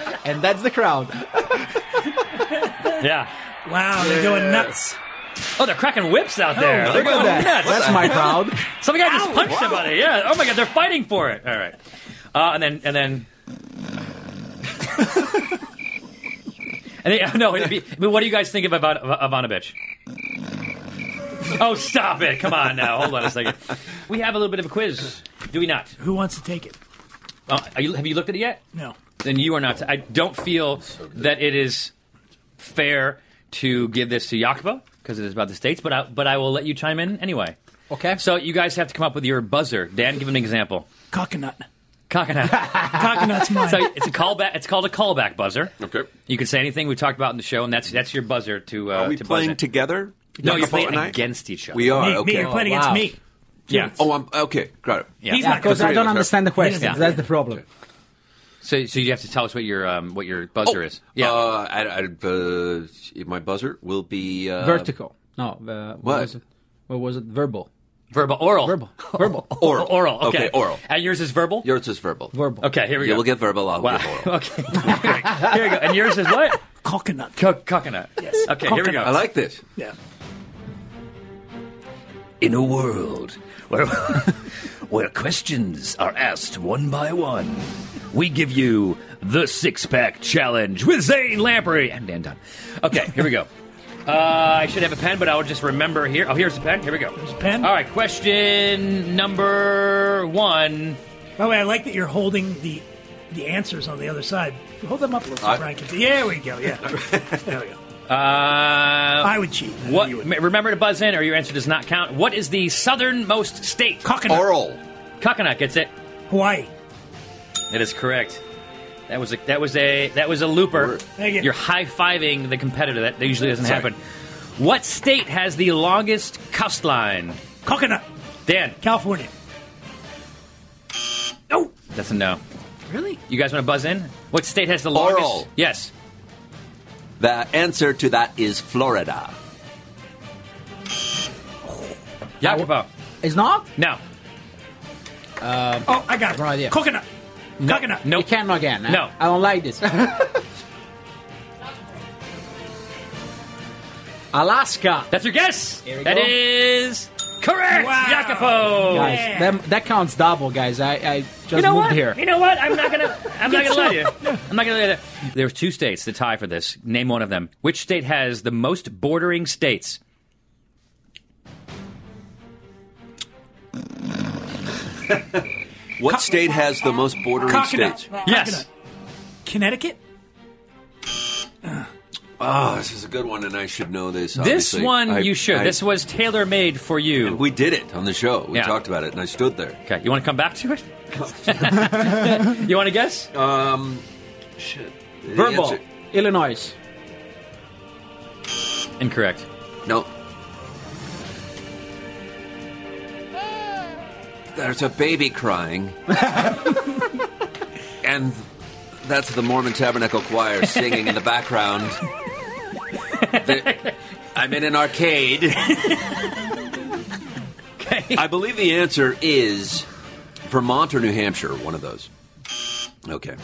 [SPEAKER 2] button.
[SPEAKER 6] And that's the crowd.
[SPEAKER 2] Yeah.
[SPEAKER 3] Wow, they're going nuts.
[SPEAKER 2] Oh, they're cracking whips out
[SPEAKER 3] Oh,
[SPEAKER 2] there. they're
[SPEAKER 6] Look at
[SPEAKER 2] going
[SPEAKER 6] that.
[SPEAKER 2] nuts.
[SPEAKER 6] That's my crowd.
[SPEAKER 2] Some guy just punched somebody. Yeah. Oh my god, they're fighting for it. All right. Uh, and then and then. and they, oh, no, it'd be, I mean, what do you guys think of Ivan, Ivanovich? Oh, stop it! Come on now. Hold on a second. We have a little bit of a quiz, do we not?
[SPEAKER 3] Who wants to take it?
[SPEAKER 2] Uh, are you, have you looked at it yet?
[SPEAKER 3] No.
[SPEAKER 2] Then you are not. I don't feel that it is fair to give this to Jacopo because it is about the states. But I, but I will let you chime in anyway.
[SPEAKER 6] Okay.
[SPEAKER 2] So you guys have to come up with your buzzer. Dan, give an example.
[SPEAKER 3] Coconut.
[SPEAKER 2] Coconut.
[SPEAKER 3] Coconut's mine.
[SPEAKER 2] so it's a callback. It's called a callback buzzer.
[SPEAKER 5] Okay.
[SPEAKER 2] You can say anything we talked about in the show, and that's that's your buzzer to. Uh,
[SPEAKER 5] Are we
[SPEAKER 2] to
[SPEAKER 5] playing
[SPEAKER 2] buzz in.
[SPEAKER 5] together?
[SPEAKER 2] No, you're
[SPEAKER 5] Jacopo
[SPEAKER 2] playing
[SPEAKER 5] and I?
[SPEAKER 2] against each other.
[SPEAKER 5] We are.
[SPEAKER 3] me,
[SPEAKER 5] okay.
[SPEAKER 3] me, you're playing
[SPEAKER 6] Oh,
[SPEAKER 3] against
[SPEAKER 6] wow.
[SPEAKER 3] me.
[SPEAKER 2] Yeah.
[SPEAKER 5] Oh, I'm okay. Got it.
[SPEAKER 2] Yeah.
[SPEAKER 3] He's
[SPEAKER 6] Yeah,
[SPEAKER 3] not.
[SPEAKER 6] because I don't
[SPEAKER 5] Yeah.
[SPEAKER 6] understand the question.
[SPEAKER 3] Yeah.
[SPEAKER 6] That's the problem.
[SPEAKER 2] So so you have to tell us what your um what your buzzer is. Yeah.
[SPEAKER 5] Uh, I, I, uh, my buzzer will be uh,
[SPEAKER 6] Vertical. No. Uh, what?
[SPEAKER 5] what?
[SPEAKER 6] was it? What was it? Verbal.
[SPEAKER 2] verbal. Oral.
[SPEAKER 6] Verbal. Verbal.
[SPEAKER 5] Oral.
[SPEAKER 2] Oral. Okay.
[SPEAKER 5] Okay, oral.
[SPEAKER 2] And yours is verbal.
[SPEAKER 5] Yours is verbal.
[SPEAKER 6] Verbal.
[SPEAKER 2] Okay, here we
[SPEAKER 5] You
[SPEAKER 2] go.
[SPEAKER 5] will get verbal. I'll
[SPEAKER 2] Wow.
[SPEAKER 5] get oral.
[SPEAKER 2] Okay. here we go. And yours is what?
[SPEAKER 3] Coconut.
[SPEAKER 2] Co- coconut. Yes. Okay, here we go.
[SPEAKER 3] Coconut.
[SPEAKER 5] I like this.
[SPEAKER 3] yeah.
[SPEAKER 7] in a world where, where questions are asked one by one. We give you the six pack challenge with Zane Lamprey and Dan Dunn.
[SPEAKER 2] Okay, here we go. Uh, I should have a pen, but I'll just remember here. Oh, here's the pen. Here we go. Here's
[SPEAKER 3] a pen.
[SPEAKER 2] All right, question number one.
[SPEAKER 3] By the way, I like that you're holding the the answers on the other side. Hold them up a little so
[SPEAKER 5] I-
[SPEAKER 3] Brian can see. Yeah, we go. Yeah. there we go.
[SPEAKER 2] Uh,
[SPEAKER 3] I would cheat. I know
[SPEAKER 2] what?
[SPEAKER 3] you would.
[SPEAKER 2] m- Remember to buzz in, or your answer does not count. What is the southernmost state?
[SPEAKER 3] Coconut.
[SPEAKER 5] Oral.
[SPEAKER 2] Coconut gets it.
[SPEAKER 3] Hawaii.
[SPEAKER 2] That is correct. That was a that was a that was a looper.
[SPEAKER 3] Thank you.
[SPEAKER 2] You're high fiving the competitor. That, that usually doesn't happen. What state has the longest coast line?
[SPEAKER 3] Coconut.
[SPEAKER 2] Dan,
[SPEAKER 3] California.
[SPEAKER 2] no, that's a no.
[SPEAKER 3] Really?
[SPEAKER 2] You guys want to buzz in? What state has the
[SPEAKER 5] Oral.
[SPEAKER 2] longest? Yes.
[SPEAKER 5] The answer to that is Florida.
[SPEAKER 2] Jacopo.
[SPEAKER 6] It's not?
[SPEAKER 2] No.
[SPEAKER 3] Oh, I got it.
[SPEAKER 6] No idea.
[SPEAKER 3] Coconut.
[SPEAKER 2] No.
[SPEAKER 3] Coconut.
[SPEAKER 2] No.
[SPEAKER 6] You can again. eh?
[SPEAKER 2] No.
[SPEAKER 6] I don't like this. Alaska.
[SPEAKER 2] That's your guess.
[SPEAKER 6] Here we
[SPEAKER 2] That
[SPEAKER 6] go.
[SPEAKER 2] is correct.
[SPEAKER 3] Wow.
[SPEAKER 2] Jacopo.
[SPEAKER 6] Guys,
[SPEAKER 3] Yeah.
[SPEAKER 6] that, that counts double, guys. I, I just
[SPEAKER 2] You know
[SPEAKER 6] moved
[SPEAKER 2] what?
[SPEAKER 6] here.
[SPEAKER 2] You know what? I'm not gonna. I'm not gonna lie to you. I'm not gonna lie to you. There's two states that tie for this. Name one of them. Which state has the most bordering states?
[SPEAKER 5] What state has the most bordering
[SPEAKER 3] Coconut.
[SPEAKER 5] states?
[SPEAKER 3] Coconut.
[SPEAKER 2] Yes.
[SPEAKER 3] Connecticut.
[SPEAKER 5] Oh, this is a good one, and I should know this.
[SPEAKER 2] This
[SPEAKER 5] obviously.
[SPEAKER 2] one
[SPEAKER 5] I-
[SPEAKER 2] you should.
[SPEAKER 5] I-
[SPEAKER 2] this was tailor made for you.
[SPEAKER 5] We did it on the show. We
[SPEAKER 2] Yeah.
[SPEAKER 5] talked about it, and I stood there.
[SPEAKER 2] okay, you want to come back to it? you want to guess?
[SPEAKER 5] The
[SPEAKER 6] Verbal.
[SPEAKER 5] answer-
[SPEAKER 6] Illinois.
[SPEAKER 2] Incorrect.
[SPEAKER 5] No. There's a baby crying. and that's the Mormon Tabernacle Choir singing in the background. The- I'm in an arcade.
[SPEAKER 2] Okay.
[SPEAKER 5] I believe the answer is Vermont or New Hampshire, one of those. Okay.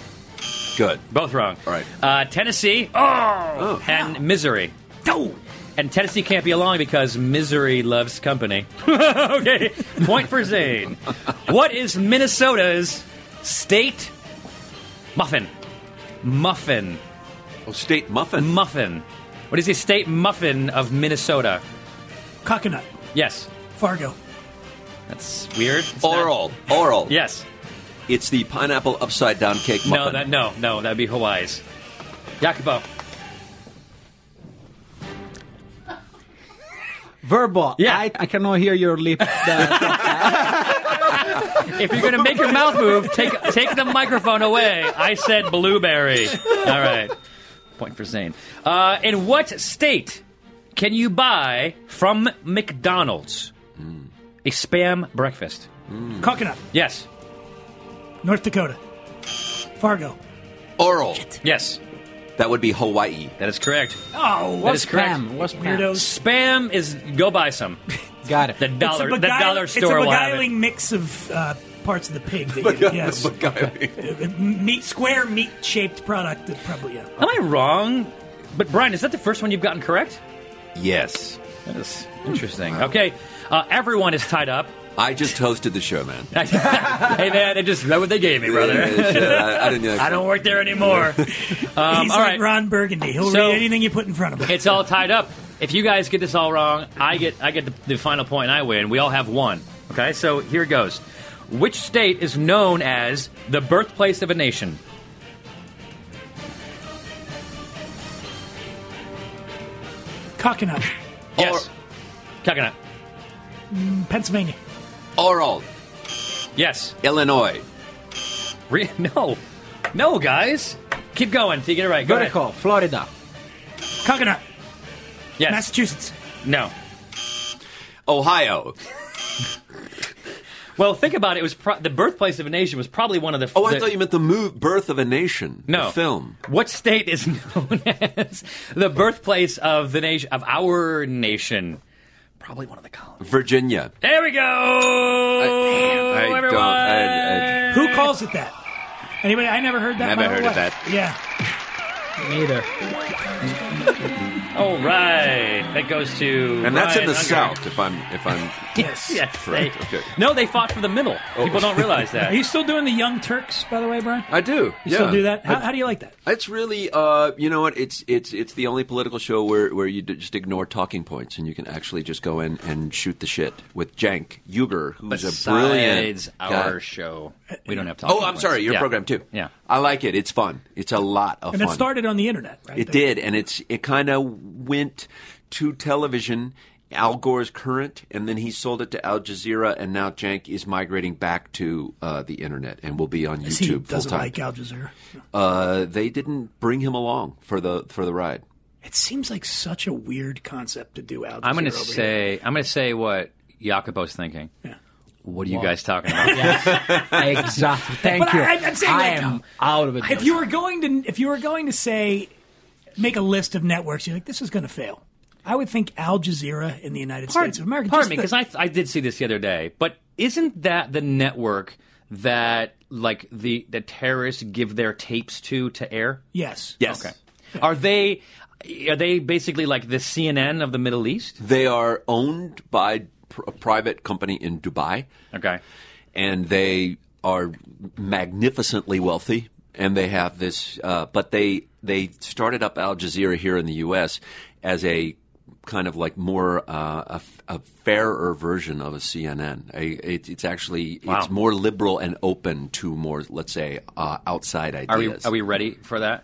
[SPEAKER 5] Good.
[SPEAKER 2] Both wrong.
[SPEAKER 5] All right.
[SPEAKER 2] Uh, Tennessee. Oh, and Missouri. Oh. And Tennessee can't be along because misery loves company. okay. Point for Zane. what is Minnesota's state muffin? Muffin.
[SPEAKER 5] Oh, state muffin.
[SPEAKER 2] Muffin. What is the state muffin of Minnesota?
[SPEAKER 3] Coconut.
[SPEAKER 2] Yes.
[SPEAKER 3] Fargo.
[SPEAKER 2] That's weird. It's not-
[SPEAKER 5] Oral. Oral.
[SPEAKER 2] Yes.
[SPEAKER 5] It's the pineapple upside down cake muffin.
[SPEAKER 2] No, that no, no, that'd be Hawaii's. Jacopo.
[SPEAKER 6] Verbal.
[SPEAKER 2] Yeah.
[SPEAKER 6] I, I cannot hear your lip.
[SPEAKER 2] If you're gonna make your mouth move, take take the microphone away. I said blueberry. All right. Point for Zane. Uh, in what state can you buy from McDonald's a spam breakfast?
[SPEAKER 3] Coconut.
[SPEAKER 2] Yes.
[SPEAKER 3] North Dakota. Fargo.
[SPEAKER 5] Oral.
[SPEAKER 2] Yes.
[SPEAKER 5] That would be Hawaii.
[SPEAKER 2] That is correct.
[SPEAKER 3] Oh,
[SPEAKER 2] That is correct.
[SPEAKER 6] Pam? What's Pam?
[SPEAKER 3] weirdos.
[SPEAKER 2] Spam is go buy some.
[SPEAKER 6] Got it.
[SPEAKER 2] The dollar the
[SPEAKER 3] beguile-
[SPEAKER 2] dollar store
[SPEAKER 3] It's a
[SPEAKER 2] will have it.
[SPEAKER 3] beguiling mix of uh, parts of the pig. That you, yes, meat square meat shaped product. That probably yeah.
[SPEAKER 2] Am I wrong? But Brian, is that the first one you've gotten correct?
[SPEAKER 5] Yes.
[SPEAKER 2] That is interesting. Okay, uh, everyone is tied up.
[SPEAKER 5] I just hosted the show, man.
[SPEAKER 2] hey man, they just that's what they gave me, brother.
[SPEAKER 5] Yeah, shit, I, I didn't know.
[SPEAKER 2] I don't work there anymore. Um,
[SPEAKER 3] He's
[SPEAKER 2] all
[SPEAKER 3] like
[SPEAKER 2] right,
[SPEAKER 3] Ron Burgundy. He'll
[SPEAKER 2] So-
[SPEAKER 3] read anything you put in front of him.
[SPEAKER 2] it's all tied up. If you guys get this all wrong, I get I get the, the final point. And I win. We all have one. Okay, so here goes. Which state is known as the birthplace of a nation?
[SPEAKER 3] Coconut.
[SPEAKER 2] Yes. Coconut.
[SPEAKER 3] Pennsylvania.
[SPEAKER 5] Oral.
[SPEAKER 2] Yes.
[SPEAKER 5] Illinois.
[SPEAKER 2] Re- no. No, guys. Keep going till you get it right. Go ahead.
[SPEAKER 6] Vertical. Florida.
[SPEAKER 3] Coconut.
[SPEAKER 2] Yes.
[SPEAKER 3] Massachusetts.
[SPEAKER 2] No.
[SPEAKER 5] Ohio.
[SPEAKER 2] Well, think about it. it was pro- the birthplace of a nation was probably one of the.
[SPEAKER 5] Oh, I
[SPEAKER 2] the-
[SPEAKER 5] thought you meant the move, Birth of a Nation. the
[SPEAKER 2] No
[SPEAKER 5] film.
[SPEAKER 2] What state is known as the birthplace of the nation of our nation? Probably one of the colonies.
[SPEAKER 5] Virginia.
[SPEAKER 2] There we go,
[SPEAKER 5] I don't- I-
[SPEAKER 2] everyone.
[SPEAKER 5] I-
[SPEAKER 3] Who calls it that? Anybody? I never heard that. in
[SPEAKER 5] Never
[SPEAKER 3] my whole
[SPEAKER 5] heard of
[SPEAKER 3] life.
[SPEAKER 5] that.
[SPEAKER 3] Yeah.
[SPEAKER 6] Neither.
[SPEAKER 2] All right, that goes to
[SPEAKER 5] And that's in
[SPEAKER 2] Ryan
[SPEAKER 5] the
[SPEAKER 2] Unger.
[SPEAKER 5] South. If I'm, if I'm.
[SPEAKER 3] Yes.
[SPEAKER 2] Yes, they,
[SPEAKER 5] Correct, okay. Oh.
[SPEAKER 2] no, they fought for the middle. People don't realize
[SPEAKER 3] Are
[SPEAKER 2] that.
[SPEAKER 3] you still doing the Young Turks, by the way, Brian?
[SPEAKER 5] I do.
[SPEAKER 3] You still do that? How, how do you like that?
[SPEAKER 5] It's really, uh, you know what? It's it's it's the only political show where where you d- just ignore talking points and you can actually just go in and shoot the shit with Jank Uger, who's
[SPEAKER 2] Besides
[SPEAKER 5] a brilliant
[SPEAKER 2] our
[SPEAKER 5] guy.
[SPEAKER 2] show, we don't have time.
[SPEAKER 5] Oh, I'm sorry, your program too.
[SPEAKER 2] Yeah.
[SPEAKER 5] I like it. It's fun. It's a lot of
[SPEAKER 3] And
[SPEAKER 5] fun.
[SPEAKER 3] it started on the internet, right?
[SPEAKER 5] It did, and it's it kind of went to television. Al Gore's current, and then he sold it to Al Jazeera, and now Jank is migrating back to uh, the internet and will be on
[SPEAKER 3] He
[SPEAKER 5] YouTube full
[SPEAKER 3] doesn't
[SPEAKER 5] time.
[SPEAKER 3] like Al Jazeera.
[SPEAKER 5] uh, they didn't bring him along for the for the ride.
[SPEAKER 3] It seems like such a weird concept to do Al Jazeera.
[SPEAKER 2] I'm going to
[SPEAKER 3] over
[SPEAKER 2] say I'm going to say what Jacopo's thinking.
[SPEAKER 3] Yeah.
[SPEAKER 2] What are you guys talking about?
[SPEAKER 6] exactly. Thank
[SPEAKER 3] But
[SPEAKER 6] you.
[SPEAKER 3] I- I'm saying, like,
[SPEAKER 6] am out of it.
[SPEAKER 3] If you were going to, if you were going to say, make a list of networks, you're like, this is going to fail. I would think Al Jazeera in the United States of America.
[SPEAKER 2] Pardon
[SPEAKER 3] just
[SPEAKER 2] me,
[SPEAKER 3] the-
[SPEAKER 2] because I, I did see this the other day, but isn't that the network that like the the terrorists give their tapes to to air?
[SPEAKER 3] yes,
[SPEAKER 5] Yes,
[SPEAKER 2] Okay. Are they are they basically like the CNN of the Middle East?
[SPEAKER 5] they are owned by pr- a private company in Dubai,
[SPEAKER 2] Okay.
[SPEAKER 5] and they are magnificently wealthy. And they have this, uh, but they they started up Al Jazeera here in the U.S. as a kind of like more uh, a, f- a fairer version of a CNN. A, it, it's actually it's more liberal and open to more, let's say, uh, outside ideas.
[SPEAKER 2] Are we are we ready for that?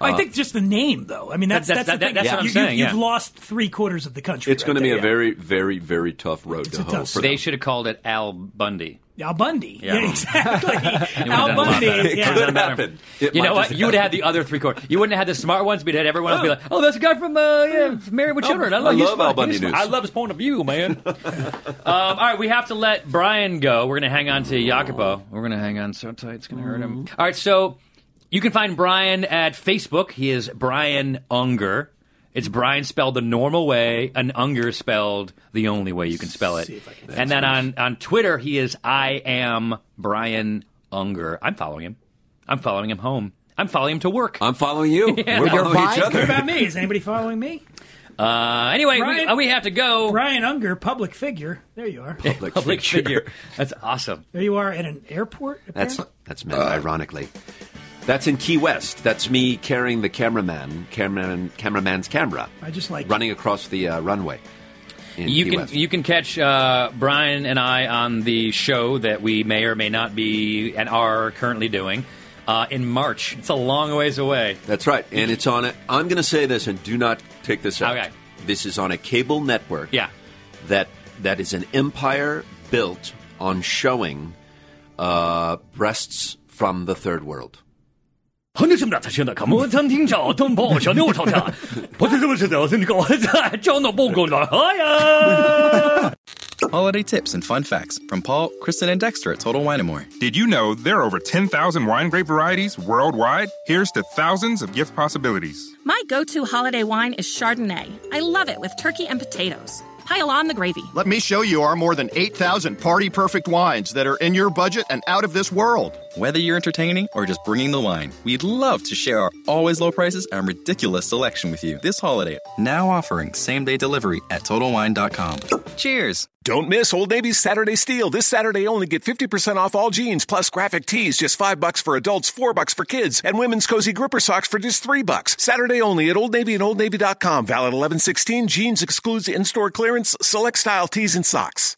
[SPEAKER 3] I think just the name, though. I mean, that's
[SPEAKER 2] That-
[SPEAKER 3] that's,
[SPEAKER 2] that-
[SPEAKER 3] the thing.
[SPEAKER 2] that- that's what I'm
[SPEAKER 3] you,
[SPEAKER 2] saying,
[SPEAKER 3] You, have
[SPEAKER 2] yeah.
[SPEAKER 3] lost three quarters of the country.
[SPEAKER 5] It's going to
[SPEAKER 3] right
[SPEAKER 5] be
[SPEAKER 3] there.
[SPEAKER 5] a very, very, very tough road to
[SPEAKER 3] a
[SPEAKER 5] hoe
[SPEAKER 3] tough
[SPEAKER 5] for
[SPEAKER 3] sell.
[SPEAKER 2] They should have called it Al Bundy.
[SPEAKER 3] Al Bundy.
[SPEAKER 2] Yeah.
[SPEAKER 3] Yeah, exactly. Al
[SPEAKER 2] done a lot
[SPEAKER 3] Bundy.
[SPEAKER 2] better.
[SPEAKER 3] yeah.
[SPEAKER 5] Could happen. It
[SPEAKER 2] you
[SPEAKER 5] might
[SPEAKER 2] know what?
[SPEAKER 5] just
[SPEAKER 2] You would have had the other three quarters. You wouldn't have had the smart ones, but you'd had everyone else be like, "Oh, that's a guy from uh,
[SPEAKER 3] Oh.
[SPEAKER 2] yeah, Married with Children." I love,
[SPEAKER 5] I
[SPEAKER 2] he's
[SPEAKER 5] love Al
[SPEAKER 2] fun.
[SPEAKER 5] Bundy
[SPEAKER 2] He's fun.
[SPEAKER 5] news.
[SPEAKER 2] I love his point of view, man. um, all right, we have to let Brian go. We're gonna hang on to Jacopo. We're gonna hang on so tight it's gonna hurt him.
[SPEAKER 3] Mm-hmm.
[SPEAKER 2] All right, so you can find Brian at Facebook. He is Brian Unger. It's Brian spelled the normal way, and Unger spelled the only way you can spell it. and then on, on Twitter, he is I am Brian Unger. I'm following him. I'm following him home. I'm following him to work.
[SPEAKER 3] Uh,
[SPEAKER 5] I'm following you. We're following each
[SPEAKER 6] bike?
[SPEAKER 5] other.
[SPEAKER 3] What about me? Is anybody following me?
[SPEAKER 2] Uh, anyway, we,
[SPEAKER 3] Brian-
[SPEAKER 2] uh, we have to go.
[SPEAKER 3] Brian Unger, public figure. There you are.
[SPEAKER 5] Public
[SPEAKER 2] Public
[SPEAKER 5] figure.
[SPEAKER 2] figure. That's awesome.
[SPEAKER 3] There you are at an airport.
[SPEAKER 5] That's
[SPEAKER 3] apparently?
[SPEAKER 5] that's meant ironically. That's in Key West. That's me carrying the cameraman, cameraman, cameraman's camera.
[SPEAKER 3] I just like-
[SPEAKER 5] running across the uh, runway. in
[SPEAKER 2] You
[SPEAKER 5] Key
[SPEAKER 2] can
[SPEAKER 5] West.
[SPEAKER 2] you can catch uh, Brian and I on the show that we may or may not be and are currently doing uh, in March. It's a long ways away.
[SPEAKER 5] That's right, and it's on it. I'm going to say this, and do not take this out.
[SPEAKER 2] Okay.
[SPEAKER 5] This is on a cable network.
[SPEAKER 2] Yeah.
[SPEAKER 5] that that is an empire built on showing uh, breasts from the third world.
[SPEAKER 7] 横着这么大，他现在看我餐厅找东宝，小妞吵架，不是这么是的，是你搞在叫那不够了，哎呀！
[SPEAKER 8] Holiday tips and fun facts from Paul, Kristen, and Dexter at Total Wine & More.
[SPEAKER 9] Did you know there are over 10,000 wine grape varieties worldwide? Here's to thousands of gift possibilities.
[SPEAKER 10] My go to holiday wine is Chardonnay. I love it with turkey and potatoes. Pile on the gravy.
[SPEAKER 11] Let me show you our more than 8,000 party perfect wines that are in your budget and out of this world.
[SPEAKER 8] Whether you're entertaining or just bringing the wine, we'd love to share our always low prices and ridiculous selection with you this holiday. Now offering same-day delivery at TotalWine.com. Cheers!
[SPEAKER 12] Don't miss Old Navy's Saturday Steal. This Saturday only get 50% off all jeans plus graphic tees just 5 bucks for adults, 4 bucks for kids, and women's cozy gripper socks for just 3 bucks. Saturday only at Old Navy and Old Navy.com. Valid 1116. Jeans excludes in-store clearance, select style tees and socks.